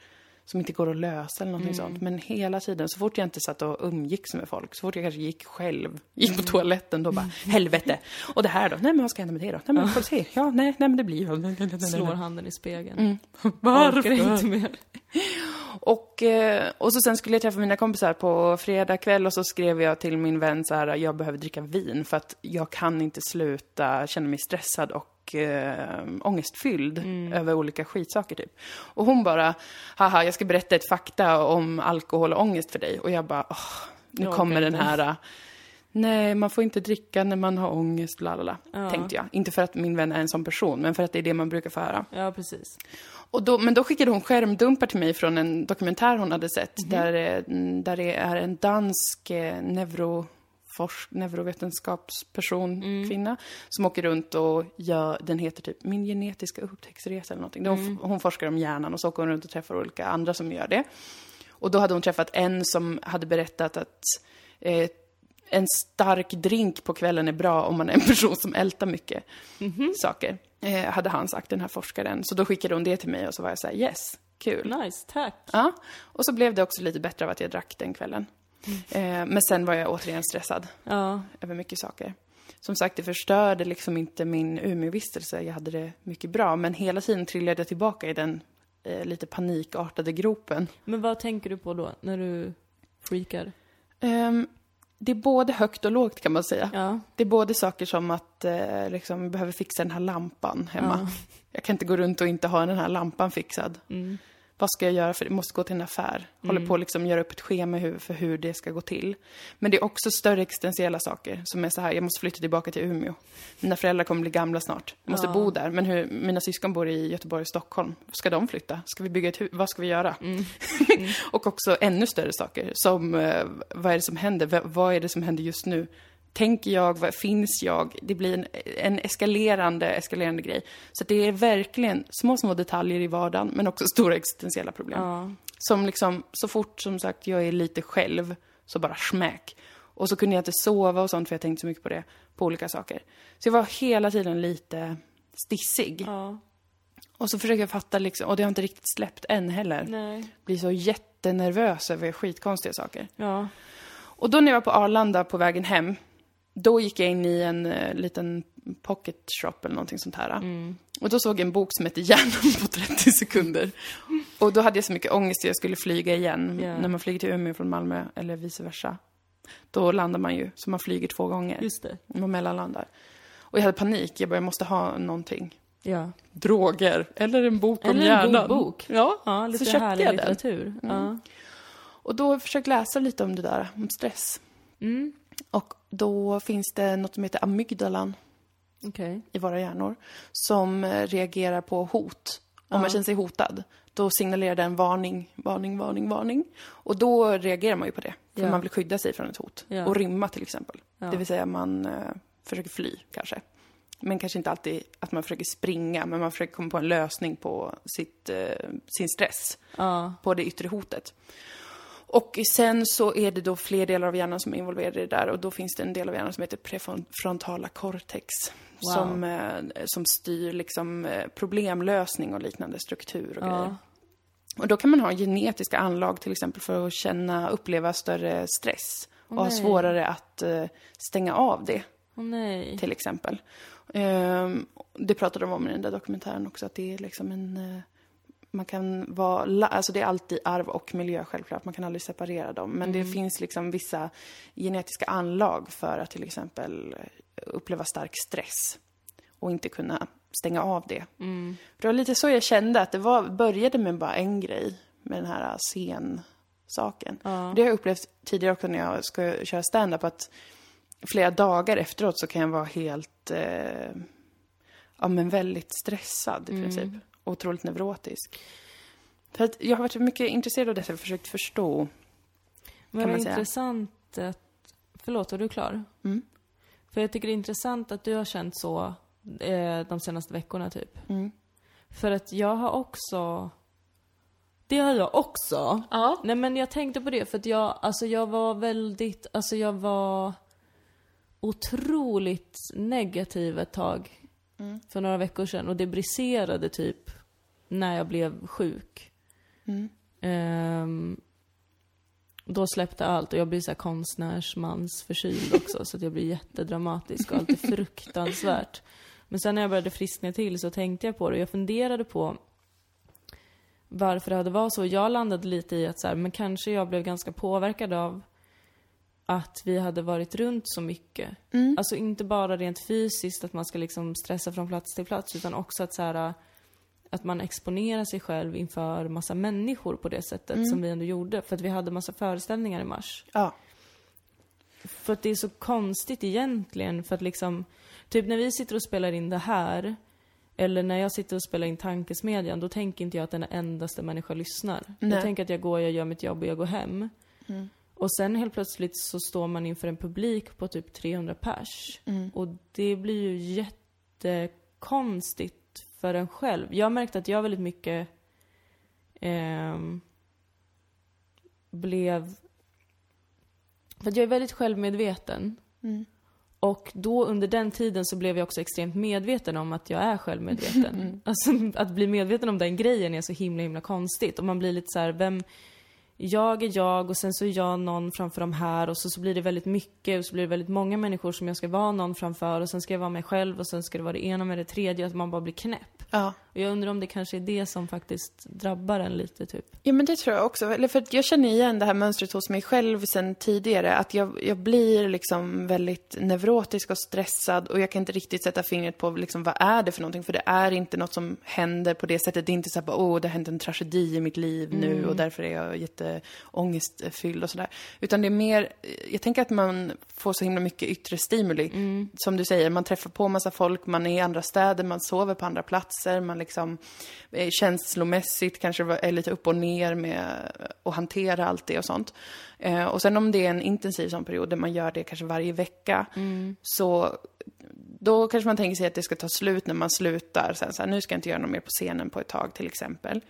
som inte går att lösa eller någonting sånt. Men hela tiden, så fort jag inte satt och umgicks med folk, så fort jag kanske gick själv, gick på toaletten, då bara helvete. Och det här då? Nej men vad ska hända med det då? Nej men får se. Mm. Ja, nej, nej men det blir ju... Nej, nej, nej, nej. Slår handen i spegeln. Orkar Varför? inte mer. Och, eh, och så sen skulle jag träffa mina kompisar på fredag kväll och så skrev jag till min vän så här, jag behöver dricka vin för att jag kan inte sluta känna mig stressad och eh, ångestfylld Mm. över olika skitsaker typ. Och hon bara, haha jag ska berätta ett fakta om alkohol och ångest för dig. Och jag bara, åh, nu Jag orkar kommer den inte. här, eh, nej man får inte dricka när man har ångest, la la la, tänkte jag. Inte för att min vän är en sån person, men för att det är det man brukar få höra. Ja, precis. Och då, men då skickade hon skärmdumpar till mig från en dokumentär hon hade sett där, eh, mm, där det är en dansk eh, neuroforsk, neurovetenskapsperson, kvinna, som åker runt och gör, den heter typ Min genetiska upptäcktsresa eller någonting. Där Hon, f- hon forskar om hjärnan och så åker hon runt och träffar olika andra som gör det. Och då hade hon träffat en som hade berättat att eh, en stark drink på kvällen är bra om man är en person som ältar mycket Mhm. saker. Eh, hade han sagt, den här forskaren. Så då skickade hon det till mig och så var jag så här, yes, kul. Nice, tack. Ja, och så blev det också lite bättre av att jag drack den kvällen. Eh, men sen var jag återigen stressad Ja, över mycket saker. Som sagt, det förstörde liksom inte min Umeåvistelse. Jag hade det mycket bra, men hela tiden trillade jag tillbaka i den eh, lite panikartade gropen. men vad tänker du på då när du freakar? Ehm, det är både högt och lågt kan man säga. Ja, Det är både saker som att eh, liksom, behöver fixa den här lampan hemma. Jag kan inte gå runt och inte ha den här lampan fixad. Mm. Vad ska jag göra för det? Måste gå till en affär. Håller på att liksom göra upp ett schema i huvudet för hur det ska gå till. Men det är också större existentiella saker som är så här, jag måste flytta tillbaka till Umeå. Mina föräldrar kommer bli gamla snart. Jag måste bo där. Men hur, mina syskon bor i Göteborg och Stockholm. Ska de flytta? Ska vi bygga ett hus? Vad ska vi göra? och också ännu större saker som, eh, vad är det som händer? V- vad är det som händer just nu? Tänker jag? Vad, finns jag? Det blir en, en eskalerande, eskalerande grej. Så att det är verkligen små, små detaljer i vardagen, men också stora existentiella problem. ja. Som liksom, så fort som sagt jag är lite själv, så bara smäck. Och så kunde jag inte sova och sånt för jag tänkte så mycket på det, på olika saker. Så jag var hela tiden lite stissig. ja. Och så försöker jag fatta liksom, och det har inte riktigt släppt än heller. Nej. Blir så jättenervös över skitkonstiga saker. Ja. Och då när jag var på Arlanda på vägen hem, då gick jag in i en eh, liten pocket shop eller någonting sånt här. Mm. Och då såg jag en bok som hette Hjärnan på 30 sekunder. Och då hade jag så mycket ångest att jag skulle flyga igen. Ja. När man flyger till Umeå från Malmö, eller vice versa. Då landar man ju, så man flyger två gånger. Just det. Man mellanlandar. Och jag hade panik, jag bara, jag måste ha någonting. Ja. Droger, eller en bok om Eller en hjärnan. god bok. Ja, Ja, så lite köpte härlig jag den. Mm. litteratur. Ja. Och då försökte jag läsa lite om det där, om stress. Mm. Och då finns det något som heter amygdalan Okej. i våra hjärnor som eh, reagerar på hot. Om man känner sig hotad, då signalerar den varning, varning, varning, varning. Och då reagerar man ju på det, för Ja. man vill skydda sig från ett hot. Ja. Och rymma till exempel. Ja. Det vill säga man eh, försöker fly kanske. Men kanske inte alltid att man försöker springa, men man försöker komma på en lösning på sitt, eh, sin stress Ja. på det yttre hotet. Och sen så är det då fler delar av hjärnan som är involverade i det där och då finns det en del av hjärnan som heter prefrontala cortex. Wow. Som, eh, som styr liksom eh, problemlösning och liknande struktur och grejer. Ja. Och då kan man ha genetiska anlag till exempel för att känna, uppleva större stress. Och ha nej. svårare att eh, stänga av det Åh nej. till exempel. Ehm, det pratade de om i den där dokumentären också, att det är liksom en... eh, Man kan vara... la- Alltså det är alltid arv och miljö självklart, man kan aldrig separera dem. Men det finns liksom vissa genetiska anlag för att till exempel eh, uppleva stark stress och inte kunna stänga av det. Mm. För det var lite så jag kände, att det var, började med bara en grej, med den här scen-saken. Det har jag upplevt tidigare också när jag ska köra stand-up, att flera dagar efteråt så kan jag vara helt, eh, ja men väldigt stressad i princip. Och otroligt neurotisk. För att jag har varit mycket intresserad av detta och försökt förstå. Men kan man vad säga. intressant att... Förlåt, var du klar? Mm. För jag tycker det är intressant att du har känt så eh, de senaste veckorna typ. Mm. För att jag har också... Det har jag också. Ja. Nej men jag tänkte på det för att jag, alltså jag var väldigt, alltså jag var... otroligt negativ ett tag Mm. för några veckor sedan och det briserade typ när jag blev sjuk. Mm. Ehm, då släppte allt och jag blir så här konstnärsmansförkyld också så att jag blir jättedramatisk och allt är fruktansvärt. Men sen när jag började friskna till så tänkte jag på det och jag funderade på varför det hade varit så. Jag landade lite i att så här, men kanske jag blev ganska påverkad av att vi hade varit runt så mycket. Mm. Alltså inte bara rent fysiskt att man ska liksom stressa från plats till plats utan också att så här, att man exponerar sig själv inför massa människor på det sättet som vi ändå gjorde. För att vi hade massa föreställningar i mars. Ja. För att det är så konstigt egentligen för att liksom, typ när vi sitter och spelar in det här eller när jag sitter och spelar in tankesmedjan då tänker inte jag att den endaste människa lyssnar. Nej. Jag tänker att jag går, jag gör mitt jobb och jag går hem. Mm. Och sen helt plötsligt så står man inför en publik på typ 300 pers. Mm. Och det blir ju jättekonstigt för en själv. Jag märkte att jag väldigt mycket ehm, blev... För att jag är väldigt självmedveten. Mm. Och då under den tiden så blev jag också extremt medveten om att jag är självmedveten. Alltså att bli medveten om den grejen är så himla himla konstigt. Och man blir lite så här, vem... Jag är jag och sen så är jag någon framför de här och så, så blir det väldigt mycket och så blir det väldigt många människor som jag ska vara någon framför och sen ska jag vara mig själv och sen ska det vara det ena med det tredje att man bara blir knäpp. Ja. Och jag undrar om det kanske är det som faktiskt drabbar en lite typ. Ja, men det tror jag också. Eller för att jag känner igen det här mönstret hos mig själv sen tidigare. Att jag, jag blir liksom väldigt neurotisk och stressad och jag kan inte riktigt sätta fingret på liksom, vad är det för någonting. För det är inte något som händer på det sättet. Det är inte så här bara, åh, det har hänt en tragedi i mitt liv nu och därför är jag jätteångestfylld och sådär. Utan det är mer, jag tänker att man får så himla mycket yttre stimuli. Som du säger, man träffar på massa folk, man är i andra städer, man sover på andra platser, man liksom eh, känslomässigt kanske var- är lite upp och ner med att hantera allt det och sånt. Eh, och sen om det är en intensiv sån period där man gör det kanske varje vecka, så då kanske man tänker sig att det ska ta slut när man slutar. Sen så här, nu ska jag inte göra något mer på scenen på ett tag till exempel.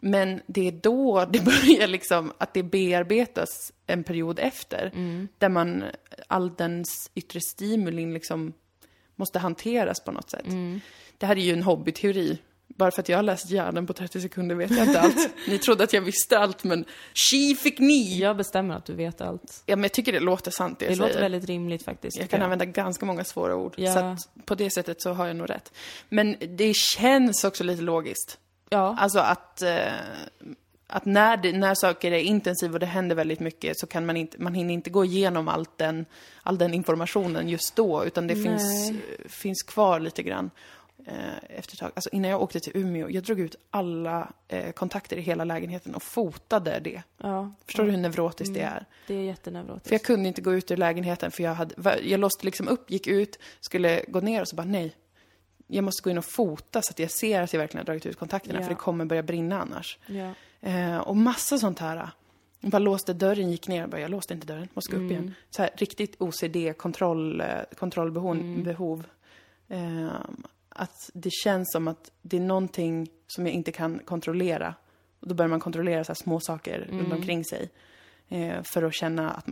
Men det är då det börjar liksom, att det bearbetas en period efter. Mm. Där man, all dens yttre stimulin liksom måste hanteras på något Mm. sätt. Det här är ju en hobbyteori. Bara för att jag har läst hjärnan på 30 sekunder vet jag inte allt. ni trodde att jag visste allt, men tji fick ni! Ja. Jag bestämmer att du vet allt. men jag tycker det låter sant det Det jag låter säger. väldigt rimligt faktiskt. Jag tycker kan använda ganska många svåra ord, Ja. så att på det sättet så har jag nog rätt. Men det känns också lite logiskt. Ja. Alltså att, eh, att när, det, när saker är intensiva och det händer väldigt mycket så kan man inte, man hinner inte gå igenom allt den, all den informationen just då, utan det finns, eh, finns kvar lite grann. eh, Efter ett tag. Alltså innan jag åkte till Umeå, jag drog ut alla eh, kontakter i hela lägenheten och fotade det. ja. Förstår du hur neurotiskt det är? Det är För jätteneurotiskt. jag kunde inte gå ut ur lägenheten för jag hade, va- jag låste liksom upp, gick ut, skulle gå ner och så bara nej. Jag måste gå in och fota så att jag ser att jag verkligen har dragit ut kontakterna Ja. för det kommer börja brinna annars. Ja. Eh, och massa sånt här. Jag bara låste dörren, gick ner och bara, jag låste inte dörren, måste gå Mm. upp igen. Så här riktigt OCD-kontroll, eh, kontrollbehov. Mm. Behov. Eh, att det känns som att det är någonting som jag inte kan kontrollera. Och då börjar man kontrollera så här små saker Mm. runt omkring sig. Eh, för att känna, att,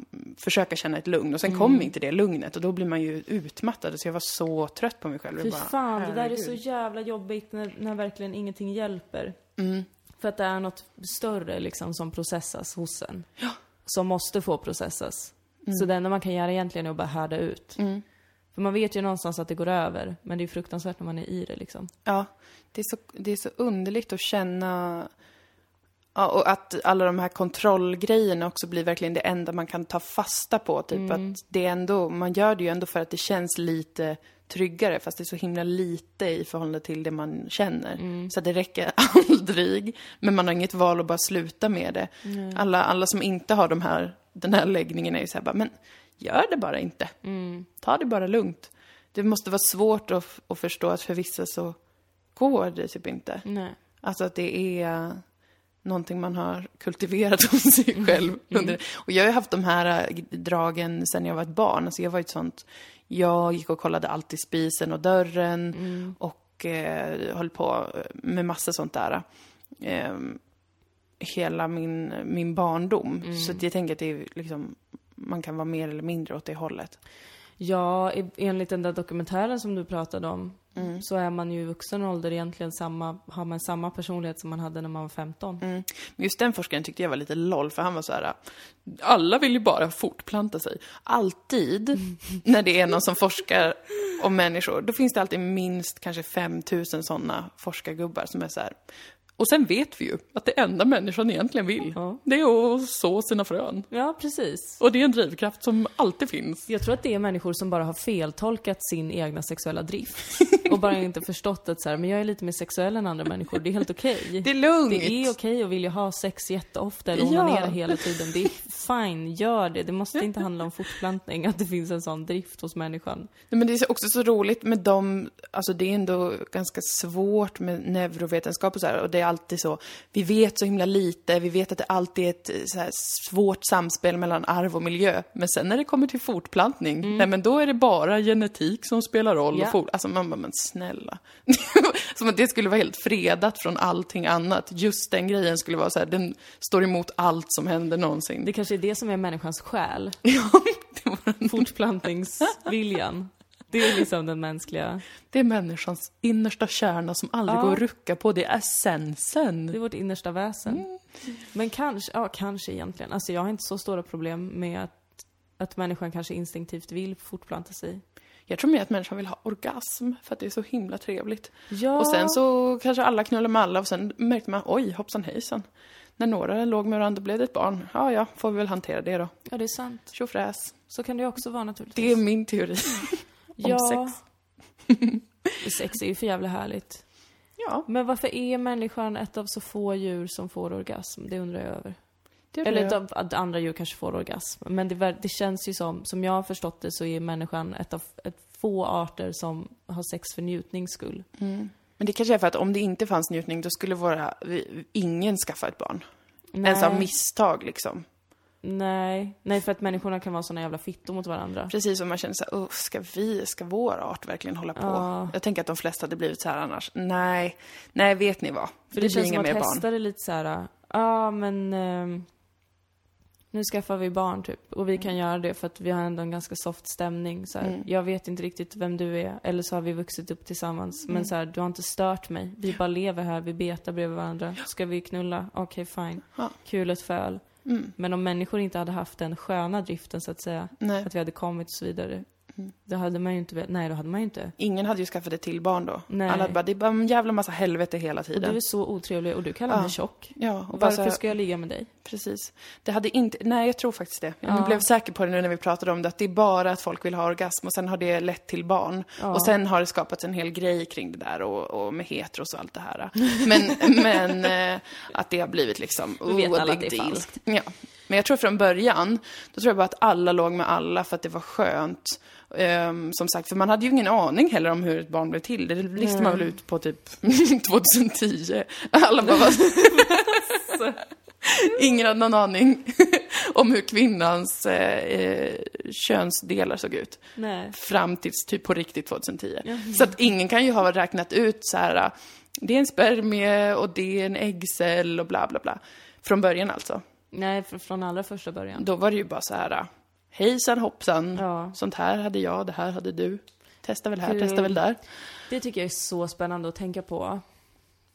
försöka känna ett lugn. Och Mm. sen kom inte det lugnet och då blir man ju utmattad. Så jag var så trött på mig själv. Jag Fy bara, fan, det där är så herregud. jävla jobbigt när, när verkligen ingenting hjälper. mm. För att det är något större liksom som processas hos en. Som måste få processas. Mm. Så det enda man kan göra egentligen är att bara härda ut. För man vet ju någonstans att det går över, men det är fruktansvärt när man är i det liksom. Ja, det är så, det är så underligt att känna... Ja, och att alla de här kontrollgrejerna också blir verkligen det enda man kan ta fasta på. Typ att det är ändå, man gör det ju ändå för att det känns lite tryggare, fast det är så himla lite i förhållande till det man känner. Så att det räcker aldrig, men man har inget val att bara sluta med det. Alla, alla som inte har de här, den här läggningen är ju så här bara, men gör det bara inte. Mm. Ta det bara lugnt. Det måste vara svårt att, f- att förstå att för vissa så går det typ inte. Nej. Alltså att det är någonting man har kultiverat hos sig själv. Under. Och jag har ju haft de här äh, dragen sedan jag var ett barn. Alltså jag var ju ett sånt, jag gick och kollade allt i spisen och dörren och eh, höll på med massa sånt där. Ehm, hela min, min barndom. Så att jag tänker att det är liksom, man kan vara mer eller mindre åt det hållet. Ja, i- enligt den där dokumentären som du pratade om Mm. så är man ju i vuxen ålder egentligen samma, har man samma personlighet som man hade när man var 15. Mm. Men just den forskaren tyckte jag var lite loll, för han var så här, alla vill ju bara fortplanta sig. Alltid när det är någon som forskar om människor, då finns det alltid minst kanske 5000 sådana forskargubbar som är så här. Och sen vet vi ju att det enda människan egentligen vill, Ja. det är att så sina frön. Ja, precis. Och det är en drivkraft som alltid finns. Jag tror att det är människor som bara har feltolkat sin egna sexuella drift. Och bara inte förstått att så här, men jag är lite mer sexuell än andra människor, det är helt okej. Det är lugnt. Det är okej att vilja ha sex jätteofta eller Ja. onanera hela tiden. Det är fine, gör det. Det måste inte handla om fortplantning, att det finns en sån drift hos människan. Nej, men det är också så roligt med dem, alltså det är ändå ganska svårt med neurovetenskap och så här, och det är alltid så, vi vet så himla lite, vi vet att det alltid är ett eh, så här, svårt samspel mellan arv och miljö, men sen när det kommer till fortplantning, nej men då är det bara genetik som spelar roll. Mm. Ja. Och for, alltså man bara, men snälla. Som att det skulle vara helt fredat från allting annat. Just den grejen skulle vara så här, den står emot allt som händer någonsin. Det kanske är det som är människans själ, Ja, det, var, fortplantningsviljan. Det är liksom den mänskliga, det är människans innersta kärna som aldrig Ja. går att rucka på, det är det essensen. är vårt innersta väsen. Men kanske, ja kanske egentligen. Alltså jag har inte så stora problem med att, att människan kanske instinktivt vill fortplanta sig. Jag tror mer att människan vill ha orgasm för att det är så himla trevligt. Ja. Och sen så kanske alla knullar med alla och sen märkte man, oj hoppsan hejsan. När några låg med varandra blev det ett barn. Ja, ja, får vi väl hantera det då. Ja, det är sant. Tjofräs. Så kan det ju också vara naturligtvis. Det är min teori. om sex. sex är ju för jävla härligt. Ja, Men varför är människan ett av så få djur som får orgasm? Det undrar jag över. det är Eller det. ett av, att andra djur kanske får orgasm. Men det, ver- det känns ju som, som jag har förstått det, så är människan ett av ett få arter som har sex för njutnings skull. Men det kanske är för att om det inte fanns njutning då skulle våra, vi, ingen skaffa ett barn. Ens av misstag liksom. nej, nej, för att människorna kan vara såna jävla fittor mot varandra. Precis som man känner så här, "Åh, ska vi, ska vår art verkligen hålla på? Ja. Jag tänker att de flesta hade blivit så här annars. Nej, nej vet ni vad? För det det, blir känns som inga att mer barn. hästar är lite så här, äh, ja men ehm, nu skaffar vi barn typ. Och vi kan göra det för att vi har ändå en ganska soft stämning. Så här. Jag vet inte riktigt vem du är, eller så har vi vuxit upp tillsammans. Men så här, du har inte stört mig. Vi bara lever här, vi betar bredvid varandra. Ska vi knulla? Okej, fine. Ja. Kul ett föl. Mm. Men om människor inte hade haft den sköna driften så att säga, Nej. att vi hade kommit och så vidare. Då hade man ju inte vel- nej då hade man ju inte. Ingen hade ju skaffat ett till barn då. Nej. Alla hade bara, det är bara en jävla massa helvete hela Och tiden. du är så otrevlig och du kallar Ja. mig tjock. Ja, och bara så Varför här, ska jag ligga med dig? precis. Det hade inte, nej jag tror faktiskt det. Ja. Jag blev säker på det nu när vi pratade om det, att det är bara att folk vill ha orgasm och sen har det lett till barn. Ja. Och sen har det skapats en hel grej kring det där och, och med heteros och allt det här. Men, men eh, att det har blivit liksom, Vi vet oh, alla a att det är big deal. falskt. Ja. Men jag tror från början, då tror jag bara att alla låg med alla för att det var skönt. Ehm, som sagt, för man hade ju ingen aning heller om hur ett barn blev till. Det listade man väl ut på typ 2010. Alla bara, var- Alltså." ingen hade någon aning om hur kvinnans eh, eh, könsdelar såg ut. Nej. Fram tills typ på riktigt 2010. Så att ingen kan ju ha räknat ut så här, det är en spermie och det är en äggcell och bla bla bla. Från början alltså. Nej, fr- från allra första början. Då var det ju bara så här, hejsan hoppsan, Ja. sånt här hade jag, det här hade du. Testa väl här, Kul. testa väl där. Det tycker jag är så spännande att tänka på.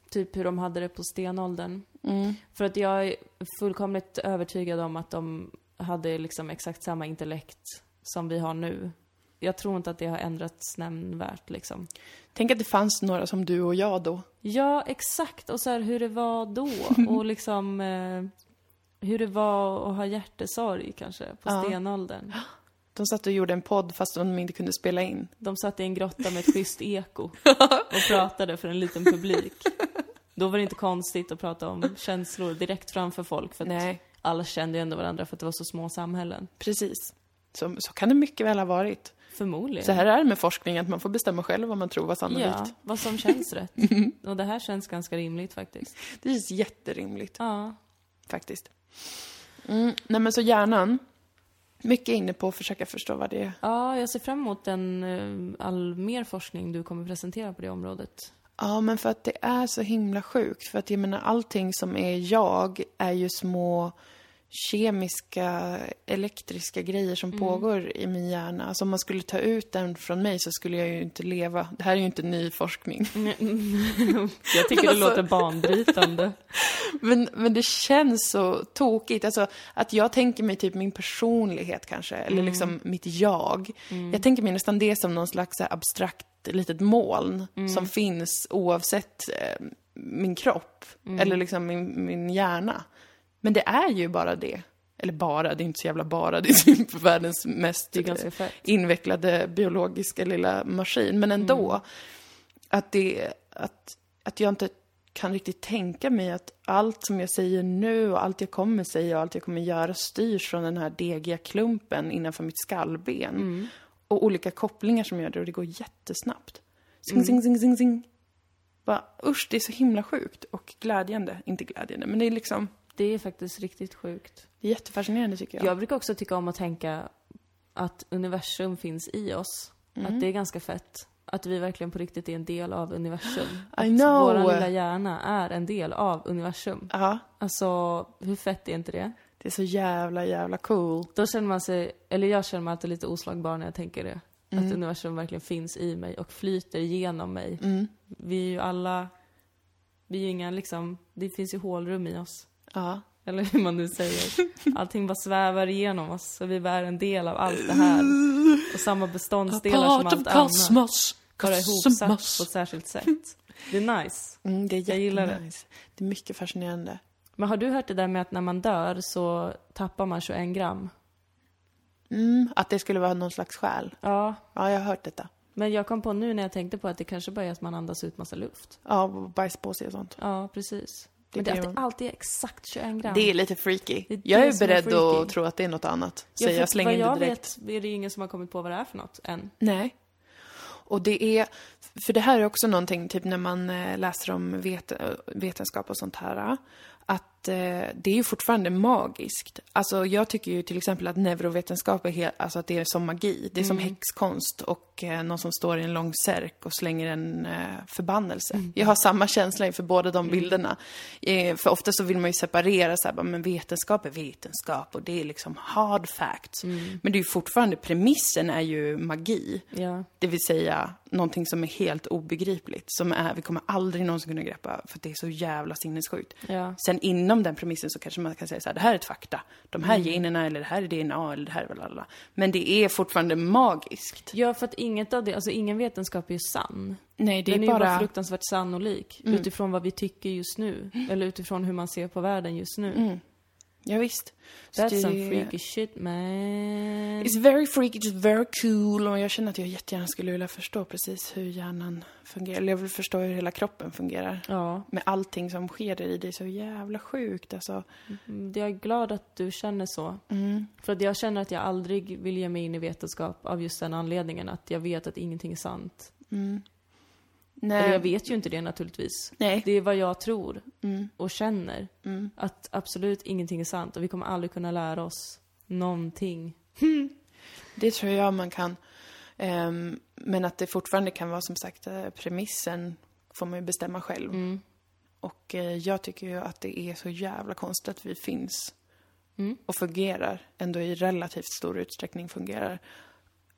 Typ hur de hade det på stenåldern. Mm. För att jag är fullkomligt övertygad om att de hade liksom exakt samma intellekt som vi har nu. Jag tror inte att det har ändrats nämnvärt liksom. Tänk att det fanns några som du och jag då. Ja, exakt. Och så här hur det var då. Och liksom eh, hur det var att ha hjärtesorg kanske på Ja. stenåldern. De satt och gjorde en podd fast de inte kunde spela in. De satt i en grotta med ett schysst eko och pratade för en liten publik. Då var det inte konstigt att prata om känslor direkt framför folk för att Nej. alla kände ju ändå varandra för att det var så små samhällen. Precis. Så, så kan det mycket väl ha varit. Förmodligen. Så här är det med forskning, att man får bestämma själv vad man tror var sannolikt. ja, vad som känns rätt. Och det här känns ganska rimligt faktiskt. Det känns jätterimligt, Ja. faktiskt. Mm. Nej men så hjärnan, mycket inne på att försöka förstå vad det är. ja, jag ser fram emot den, eh, all mer forskning du kommer presentera på det området. Ja, men för att det är så himla sjukt. För att jag menar, allting som är jag är ju små kemiska, elektriska grejer som pågår i min hjärna. Alltså om man skulle ta ut den från mig så skulle jag ju inte leva. Det här är ju inte ny forskning. Jag tycker det Alltså- låter banbrytande. Men, men det känns så tokigt. Alltså att jag tänker mig typ min personlighet kanske, Mm. eller liksom mitt jag. Jag tänker mig nästan det som någon slags så här abstrakt litet moln Mm. som finns oavsett eh, min kropp Mm. eller liksom min, min hjärna. Men det är ju bara det. Eller bara, det är inte så jävla bara, det är typ världens mest Det är ganska fett. invecklade biologiska lilla maskin. Men ändå, Mm. att, det, att, att jag inte kan riktigt tänka mig att allt som jag säger nu och allt jag kommer säga och allt jag kommer göra styrs från den här degiga klumpen innanför mitt skallben. Mm. Och olika kopplingar som gör det och det går jättesnabbt. Mm. Zing, zing, zing, zing, zing. Bara, usch, det är så himla sjukt och glädjande. Inte glädjande, men det är liksom, Det är faktiskt riktigt sjukt. det är jättefascinerande tycker jag. Jag brukar också tycka om att tänka att universum finns i oss. Att det är ganska fett. Att vi verkligen på riktigt är en del av universum. I know! Vår lilla hjärna är en del av universum. Ja, Alltså, hur fett är inte det? det är så jävla, jävla cool. Då känner man sig, eller jag känner mig alltid lite oslagbar när jag tänker det. Att universum verkligen finns i mig och flyter genom mig. Vi är ju alla, vi är ju inga liksom, det finns ju hålrum i oss. Ja. Eller hur man nu säger. Allting bara svävar igenom oss och vi är en del av allt det här. Och samma beståndsdelar som allt annat. Bara ihopsatt på ett särskilt sätt. Det är nice. Mm, det är Jag gillar det. jättenice. Det är mycket fascinerande. Men har du hört det där med att när man dör så tappar man 21 gram? Mm, att det skulle vara någon slags själ. Ja, Ja, jag har hört detta. men jag kom på nu när jag tänkte på att det kanske bara är att man andas ut massa luft. Ja, och bajspåse och sånt. Ja, precis. Det men det, kan att ju det vara. alltid är exakt 21 gram. Det är lite freaky. Det är jag det är som är beredd att freaky. tro att det är något annat. Ja, Så för jag slänger Vad in det jag direkt. vet är det ju ingen som har kommit på vad det är för något än. Nej. Och det är, för det här är också någonting, typ när man eh, läser om vet, vetenskap och sånt här, att eh, det är ju fortfarande magiskt. Alltså jag tycker ju till exempel att neurovetenskap är helt, alltså att det är som magi. Det är som häxkonst och eh, någon som står i en lång särk och slänger en eh, förbannelse. Jag har samma känsla inför båda de bilderna. Eh, för ofta så vill man ju separera så här, bara, men vetenskap är vetenskap och det är liksom hard facts. Men det är ju fortfarande, premissen är ju magi. Ja. Det vill säga någonting som är helt obegripligt, som är, vi kommer aldrig någonsin kunna greppa för att det är så jävla sinnessjukt. Ja. Sen inom den premissen så kanske man kan säga så här, det här är ett fakta. De här Mm. generna eller det här är DNA eller det här är blablabla. Men det är fortfarande magiskt. ja, för att inget av det, alltså ingen vetenskap är ju sann. Nej, det Den är är ju bara bara... Mm. fruktansvärt sannolik utifrån vad vi tycker just nu. Eller utifrån hur man ser på världen just nu. ja, visst. Så That's Mm. det- some freaky shit man. It's very freaky, it's very cool. Och jag känner att jag jättegärna skulle vilja förstå precis hur hjärnan fungerar. Eller jag vill förstå hur hela kroppen fungerar. Ja, Med allting som sker i det är så jävla sjukt alltså. mm, jag är glad att du känner så. För att jag känner att jag aldrig vill ge mig in i vetenskap av just den anledningen att jag vet att ingenting är sant. Eller jag Mm. Nej, vet ju inte det naturligtvis. Nej. Mm. Det är vad jag tror och känner. Att absolut ingenting är sant och vi kommer aldrig kunna lära oss någonting. det tror jag man kan. Ehm, men att det fortfarande kan vara som sagt eh, premissen får man ju bestämma själv. Mm. Och eh, jag tycker ju att det är så jävla konstigt att vi finns Mm. och fungerar, ändå i relativt stor utsträckning fungerar.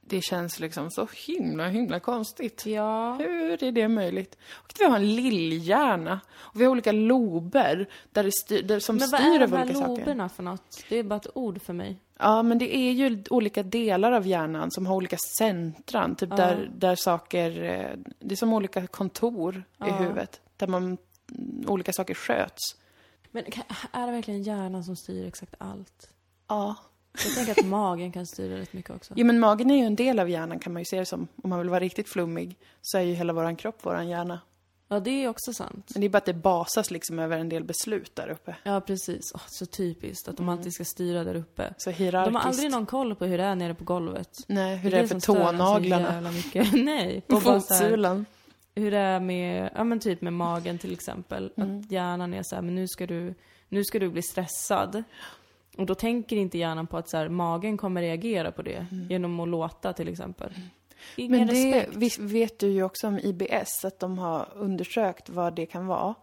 Det känns liksom så himla, himla konstigt. Ja. Hur är det möjligt? Och att vi har en lillhjärna och vi har olika lober där det styr, där, som Men vad styr är de över här olika saker. loberna för något? Det är bara ett ord för mig. Ja, men det är ju olika delar av hjärnan som har olika centran. Typ där, där saker... eh, Det är som olika kontor i huvudet. Där man, mm, olika saker sköts. Men ka- är det verkligen hjärnan som styr exakt allt? Ja. Jag tänker att magen kan styra rätt mycket också. Jo, men magen är ju en del av hjärnan kan man ju se det som. Om man vill vara riktigt flummig så är ju hela våran kropp våran hjärna. Ja, det är också sant. Men det är bara att det basas liksom över en del beslut där uppe. Ja, precis. Åh, så typiskt att de Mm. alltid ska styra där uppe. Så hierarkiskt. De har aldrig någon koll på hur det är nere på golvet. Nej, hur Det det är är för som stör en så tånaglarna. jävla mycket. Nej. Och bara så här, Fotsulan. hur det är med, ja men typ med magen till exempel. Mm. Att hjärnan är så här, men nu ska du, nu ska du bli stressad. Och då tänker inte hjärnan på att så här, magen kommer reagera på det genom att låta till exempel. Ingen Mm. Men det respekt. vi- vet du ju också om IBS, att de har Mhm. undersökt vad det kan vara.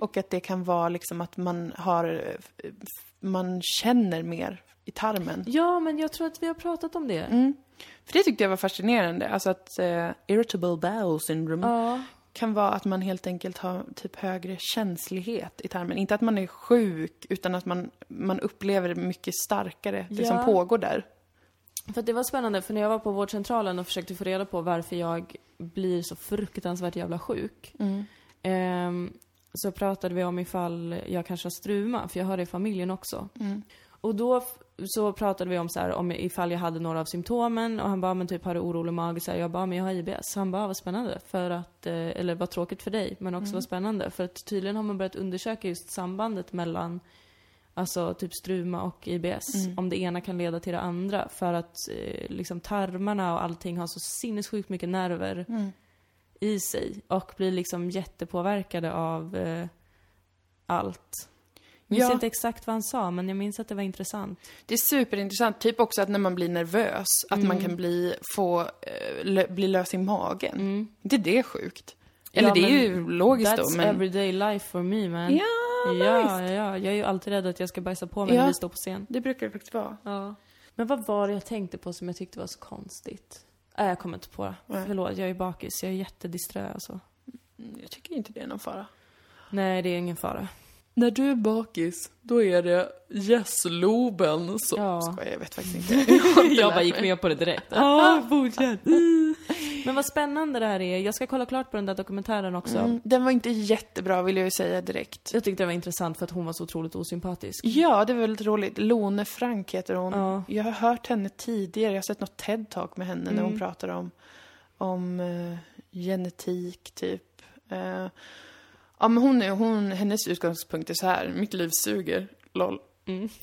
Och att det kan vara liksom att man har eh, f- f- man känner mer i tarmen. Ja, men jag tror att vi har pratat om det. Mm. För det tyckte jag var fascinerande, alltså att eh, irritable bowel syndrome Ja. kan vara att man helt enkelt har typ högre känslighet i tarmen. Inte att man är sjuk, utan att man, man upplever mycket starkare det Ja. som pågår där. För att det var spännande, för när jag var på vårdcentralen och försökte få reda på varför jag blir så fruktansvärt jävla sjuk. Mm. ehm, så pratade vi om ifall jag kanske har struma, för jag har det i familjen också. Mm. Och då f- så pratade vi om så här, om ifall jag hade några av symptomen och han bara, men typ har du orolig mage? Så här, jag bara, men jag har IBS. Han bara, vad spännande. För att, eh, eller vad tråkigt för dig, men också vad spännande. För att tydligen har man börjat undersöka just sambandet mellan Alltså typ struma och IBS. Om det ena kan leda till det andra. För att eh, liksom tarmarna och allting har så sinnessjukt mycket nerver Mm. i sig. Och blir liksom jättepåverkade av eh, allt. Jag minns Ja. inte exakt vad han sa, men jag minns att det var intressant. Det är superintressant, typ också att när man blir nervös, att man kan bli, få, eh, lö, bli lös i magen. Inte det är sjukt? Eller Mm. Ja, det är men ju logiskt That's då, Mm. men... everyday life for me man. Ja, ja, ja, ja. Jag är ju alltid rädd att jag ska bajsa på mig Ja. när vi står på scen. Det brukar det faktiskt vara. Ja. Men vad var det jag tänkte på som jag tyckte var så konstigt? Nej, jag kommer inte på det. Nej. Förlåt, jag är bakis. Jag är jättedisträ alltså. Mm, Jag tycker inte det är någon fara. Nej, det är ingen fara. När du är bakis, då är det gässloben som... Ja. Skojar, jag vet faktiskt inte. Jag, har inte lärt mig. på det direkt. Ja, godkänt. Mm. Men vad spännande det här är. Jag ska kolla klart på den där dokumentären också. Mm, Den var inte jättebra, vill jag ju säga direkt. Jag tyckte det var intressant för att hon var så otroligt osympatisk. Ja, det var väldigt roligt. Lone Frank heter hon. Ja. Jag har hört henne tidigare, jag har sett något TED-talk med henne när hon pratar om, om eh, genetik, typ. Eh, ja, men hon, är- hon, hennes utgångspunkt är så här, mitt liv suger, LOL.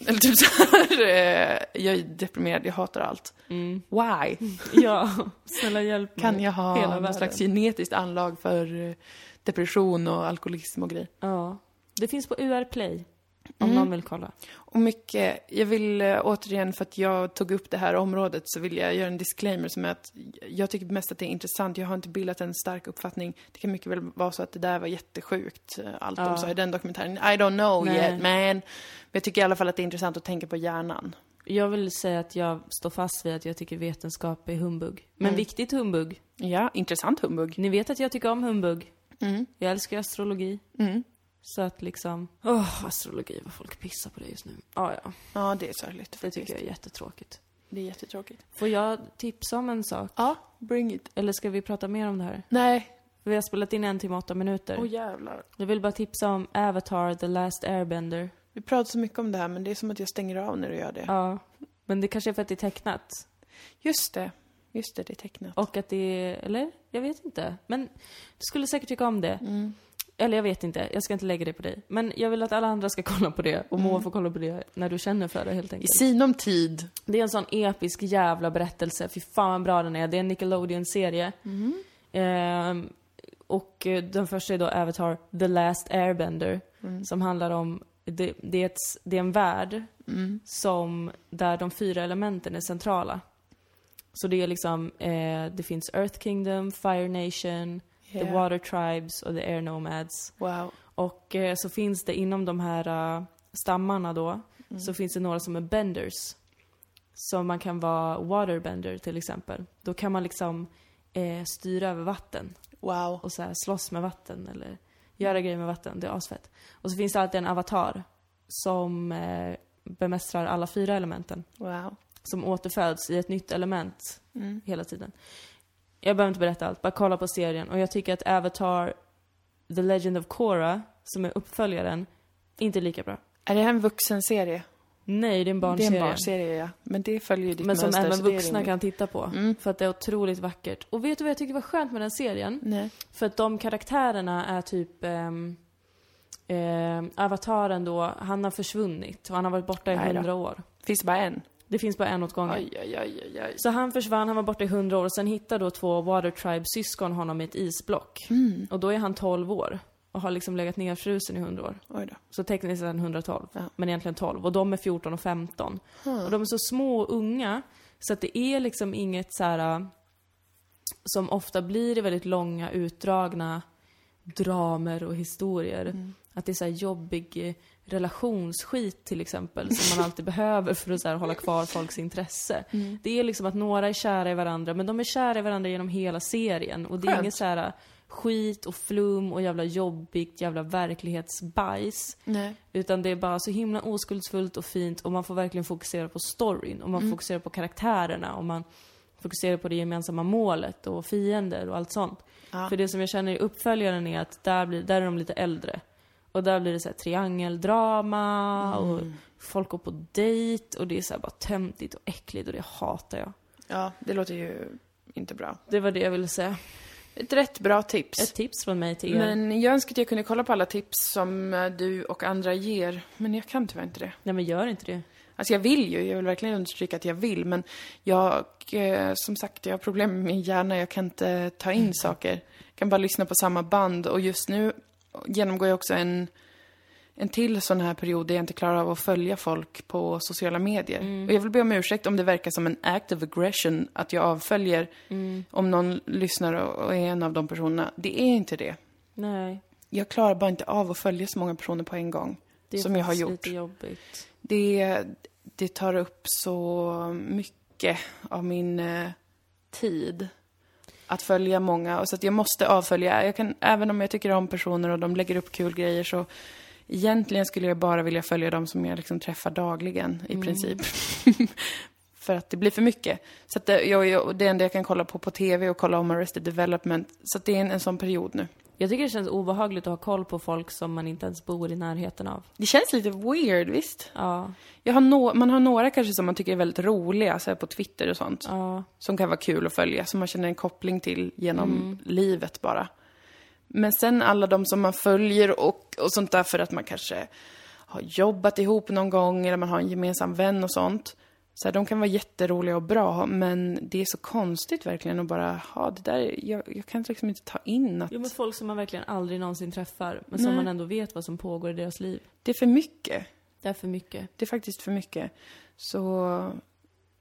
Eller typ så här, eh, jag är deprimerad, jag hatar allt. Why? Mm. Ja, snälla hjälp mig. Kan jag ha Hela någon världen. slags genetiskt anlag för eh, depression och alkoholism och grejer? Ja. Det finns på UR Play. Om Mm. någon vill kolla. Och mycket, jag vill eh, återigen, för att jag tog upp det här området, så vill jag göra en disclaimer som är att jag tycker mest att det är intressant. Jag har inte bildat en stark uppfattning. Det kan mycket väl vara så att det där var jättesjukt, eh, allt Ja. de sa i den dokumentären. I don't know Nej. yet man. Men jag tycker i alla fall att det är intressant att tänka på hjärnan. Jag vill säga att jag står fast vid att jag tycker vetenskap är humbug. Men viktigt humbug. Ja, intressant humbug. Ni vet att jag tycker om humbug. Mm. Jag älskar ju astrologi. Mm. Så att liksom... Åh, astrologi, vad folk pissar på det just nu. Ja, ja. Ja, det är sorgligt Det faktiskt. tycker jag är jättetråkigt. Det är jättetråkigt. Får jag tipsa om en sak? Ja, bring it. Eller ska vi prata mer om det här? Nej, Vi har spelat in en timme och åtta minuter. åh jävlar. Jag vill bara tipsa om Avatar, The Last Airbender. Vi pratar så mycket om det här, men det är som att jag stänger av när du gör det. Ja. Men det kanske är för att det är tecknat. Just det. Just det, det är tecknat. Och att det är, eller? Jag vet inte. Men du skulle säkert tycka om det. Mm. Eller jag vet inte, jag ska inte lägga det på dig. Men jag vill att alla andra ska kolla på det och Moa får kolla på det när du känner för det helt I enkelt. sinom tid. Det är en sån episk jävla berättelse, fy fan vad bra den är. Det är en Nickelodeon-serie. Mm. Ehm, och eh, den första är då Avatar, The Last Airbender. Som handlar om, det, det, är ett, s- det är en värld mm. som, där de fyra elementen är centrala. Så det är liksom, eh, det finns Earth Kingdom, Fire Nation, The Yeah. Water Tribes och The Air Nomads. Wow. Och eh, så finns det inom de här eh, stammarna då, så finns det några som är benders. Så man kan vara waterbender till exempel. Då kan man liksom eh, styra över vatten Wow. och så här slåss med vatten eller göra grejer med vatten. Det är asfett. Och så finns det alltid en avatar som eh, bemästrar alla fyra elementen. Wow. Mm. Som återföds i ett nytt element hela tiden. Jag behöver inte berätta allt, bara kolla på serien. Och jag tycker att Avatar The Legend of Korra, som är uppföljaren, inte är lika bra. Är det här en vuxenserie? Nej, det är en Det är en barnserie. barnserie, ja. Men det följer ju Mm. ditt men som mönster, även så det är vuxna rimligt. kan titta på. För att det är otroligt vackert. Och vet du vad jag tyckte var skönt med den serien? Nej. För att de karaktärerna är typ... ehm, ehm, avataren då, han har försvunnit och han har varit borta i Nej då. hundra år. Finns det bara en? Det finns bara en åt gången. Aj, aj, aj, aj, aj. Så han försvann, han var borta i 100 år och sen hittar då två Water Tribe-syskon honom i ett isblock. Och då är han 12 år och har liksom legat nedfrusen i 100 år. Oj då. Så tekniskt är han 112, Ja. men egentligen 12. Och de är 14 och 15. Och de är så små och unga, så att det är liksom inget så här äh, som ofta blir i väldigt långa, utdragna dramer och historier. Att det är så här jobbig eh, relationsskit till exempel som man alltid behöver för att så här, hålla kvar folks intresse. Mm. Det är liksom att några är kära i varandra, men de är kära i varandra genom hela serien. Och det är Skönt. inget så här äh, skit och flum och jävla jobbigt jävla verklighetsbajs. Nej. Utan det är bara så himla oskuldsfullt och fint och man får verkligen fokusera på storyn och man Mm. fokuserar på karaktärerna och man fokuserar på det gemensamma målet och fiender och allt sånt. För det som jag känner i uppföljaren är att där, blir, där är de lite äldre. Och där blir det så här triangeldrama Mm. och folk går på dejt och det är så här bara töntigt och äckligt och det hatar jag. Ja, det låter ju inte bra. Det var det jag ville säga. Ett rätt bra tips. Ett tips från mig till er. Men jag önskar att jag kunde kolla på alla tips som eh, du och andra ger, men jag kan tyvärr inte det. Nej men gör inte det. Alltså jag vill ju, jag vill verkligen understryka att jag vill, men jag, eh, som sagt, jag har problem med min hjärna, jag kan inte ta in saker. Jag kan bara lyssna på samma band och just nu genomgår jag också en, en till sån här period där jag inte klarar av att följa folk på sociala medier. Och jag vill be om ursäkt om det verkar som en act of aggression att jag avföljer om någon lyssnar och och är en av de personerna. Det är inte det. Nej. Jag klarar bara inte av att följa så många personer på en gång. Det är Som jag har faktiskt gjort. lite jobbigt. Det, det tar upp så mycket av min eh, tid att följa många. Och så att jag måste avfölja. Jag kan, även om jag tycker om personer och de lägger upp kul grejer så egentligen skulle jag bara vilja följa de som jag liksom träffar dagligen i princip. för att det blir för mycket. Så att det, jag, jag, det enda jag kan kolla på på tv och kolla om Arrested Development. Så att det är en, en sån period nu. Jag tycker det känns obehagligt att ha koll på folk som man inte ens bor i närheten av. Det känns lite weird, visst? Ja, Jag har nå- man har några kanske som man tycker är väldigt roliga så här på Twitter och sånt. ja. Som kan vara kul att följa, som man känner en koppling till genom livet bara. Men sen alla de som man följer och, och sånt där för att man kanske har jobbat ihop någon gång eller man har en gemensam vän och sånt. Så här, de kan vara jätteroliga och bra, men det är så konstigt verkligen att bara ha det där. Jag, jag kan liksom inte ta in att Jo men folk som man verkligen aldrig någonsin träffar, men som Nej. man ändå vet vad som pågår i deras liv. det är för mycket. Det är för mycket. Det är faktiskt för mycket. Så,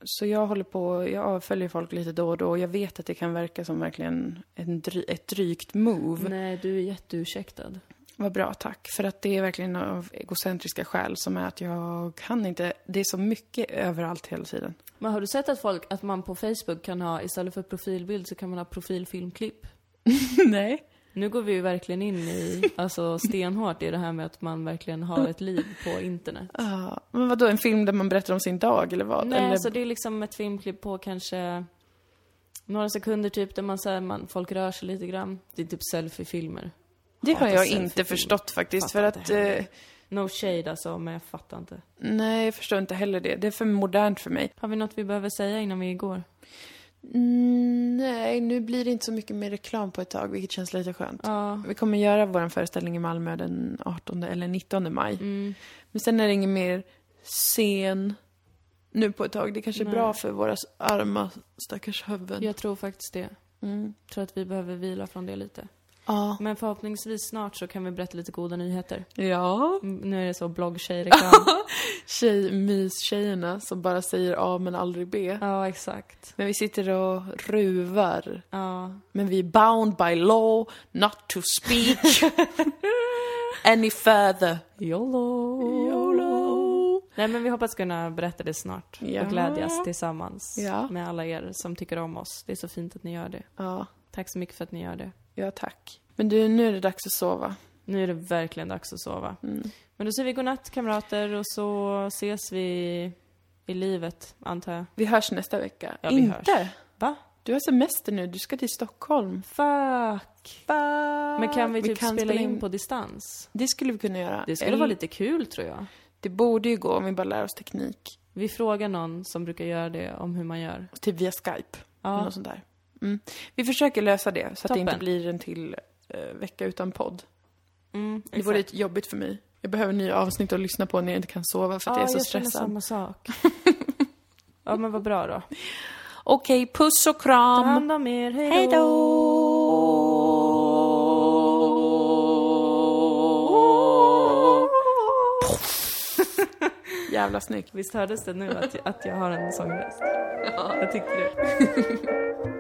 så jag håller på, jag avföljer folk lite då och då. Och jag vet att det kan verka som verkligen en dry, ett drygt move. Nej, du är jätteursäktad. Vad bra, tack. För att det är verkligen av egocentriska skäl som är att jag kan inte, det är så mycket överallt hela tiden. Men har du sett att folk, att man på Facebook kan ha, istället för profilbild så kan man ha profilfilmklipp? Nej. Nu går vi ju verkligen in i, alltså stenhårt i det här med att man verkligen har ett liv på internet. Ja, men vadå, en film där man berättar om sin dag eller vad? Nej, eller, alltså det är liksom ett filmklipp på kanske några sekunder typ, där man säger man, folk rör sig lite grann. Det är typ selfiefilmer. det har hatar jag selfiefilm. inte förstått faktiskt. För Fattar att, inte heller. eh, No shade alltså, men jag fattar inte. nej, jag förstår inte heller det. Det är för modernt för mig. Har vi något vi behöver säga innan vi går? Mm, nej, nu blir det inte så mycket mer reklam på ett tag, vilket känns lite skönt. Ja. Vi kommer göra vår föreställning i Malmö den 18 eller 19 maj. Mm. Men sen är det ingen mer scen nu på ett tag. Det kanske är Nej. bra för våra s- arma stackars huvuden. Jag tror faktiskt det. Mm. Jag tror att vi behöver vila från det lite. Ja. Men förhoppningsvis snart så kan vi berätta lite goda nyheter. Ja. Mm, Nu är det så bloggtjejreklam. Tjej, mystjejerna som bara säger A men aldrig B. ja, exakt. Men vi sitter och ruvar. Ja. Men vi är bound by law not to speak any further. YOLO. YOLO. Nej, men vi hoppas kunna berätta det snart. Ja. Och glädjas tillsammans Ja. med alla er som tycker om oss. Det är så fint att ni gör det. Ja, Tack så mycket för att ni gör det. ja tack. Men du, nu är det dags att sova. Nu är det verkligen dags att sova. Mm. Men då säger vi godnatt kamrater och så ses vi i livet, antar jag. Vi hörs nästa vecka. Ja, vi Inte? Va? Du har semester nu, du ska till Stockholm. Fuck! Men kan vi typ kan spela in på distans? Det skulle vi kunna göra. Det skulle Eller- vara lite kul tror jag. Det borde ju gå om vi bara lär oss teknik. Vi frågar någon som brukar göra det om hur man gör. Typ via Skype. eller Ja, Något sånt där. Mm. Vi försöker lösa det så att det inte Toppen. blir en till eh, vecka utan podd. mm, Det vore typ lite jobbigt för mig. Jag behöver nya avsnitt att lyssna på när jag inte kan sova för att ja, jag är så jag känner stressad. samma sak. ja, men vad bra då. Okej, puss och Ta kram! hand om er, hej då! Hej då! Jävla snyggt. Visst hördes det nu att, att jag har en sångröst? Ja. Jag tyckte det.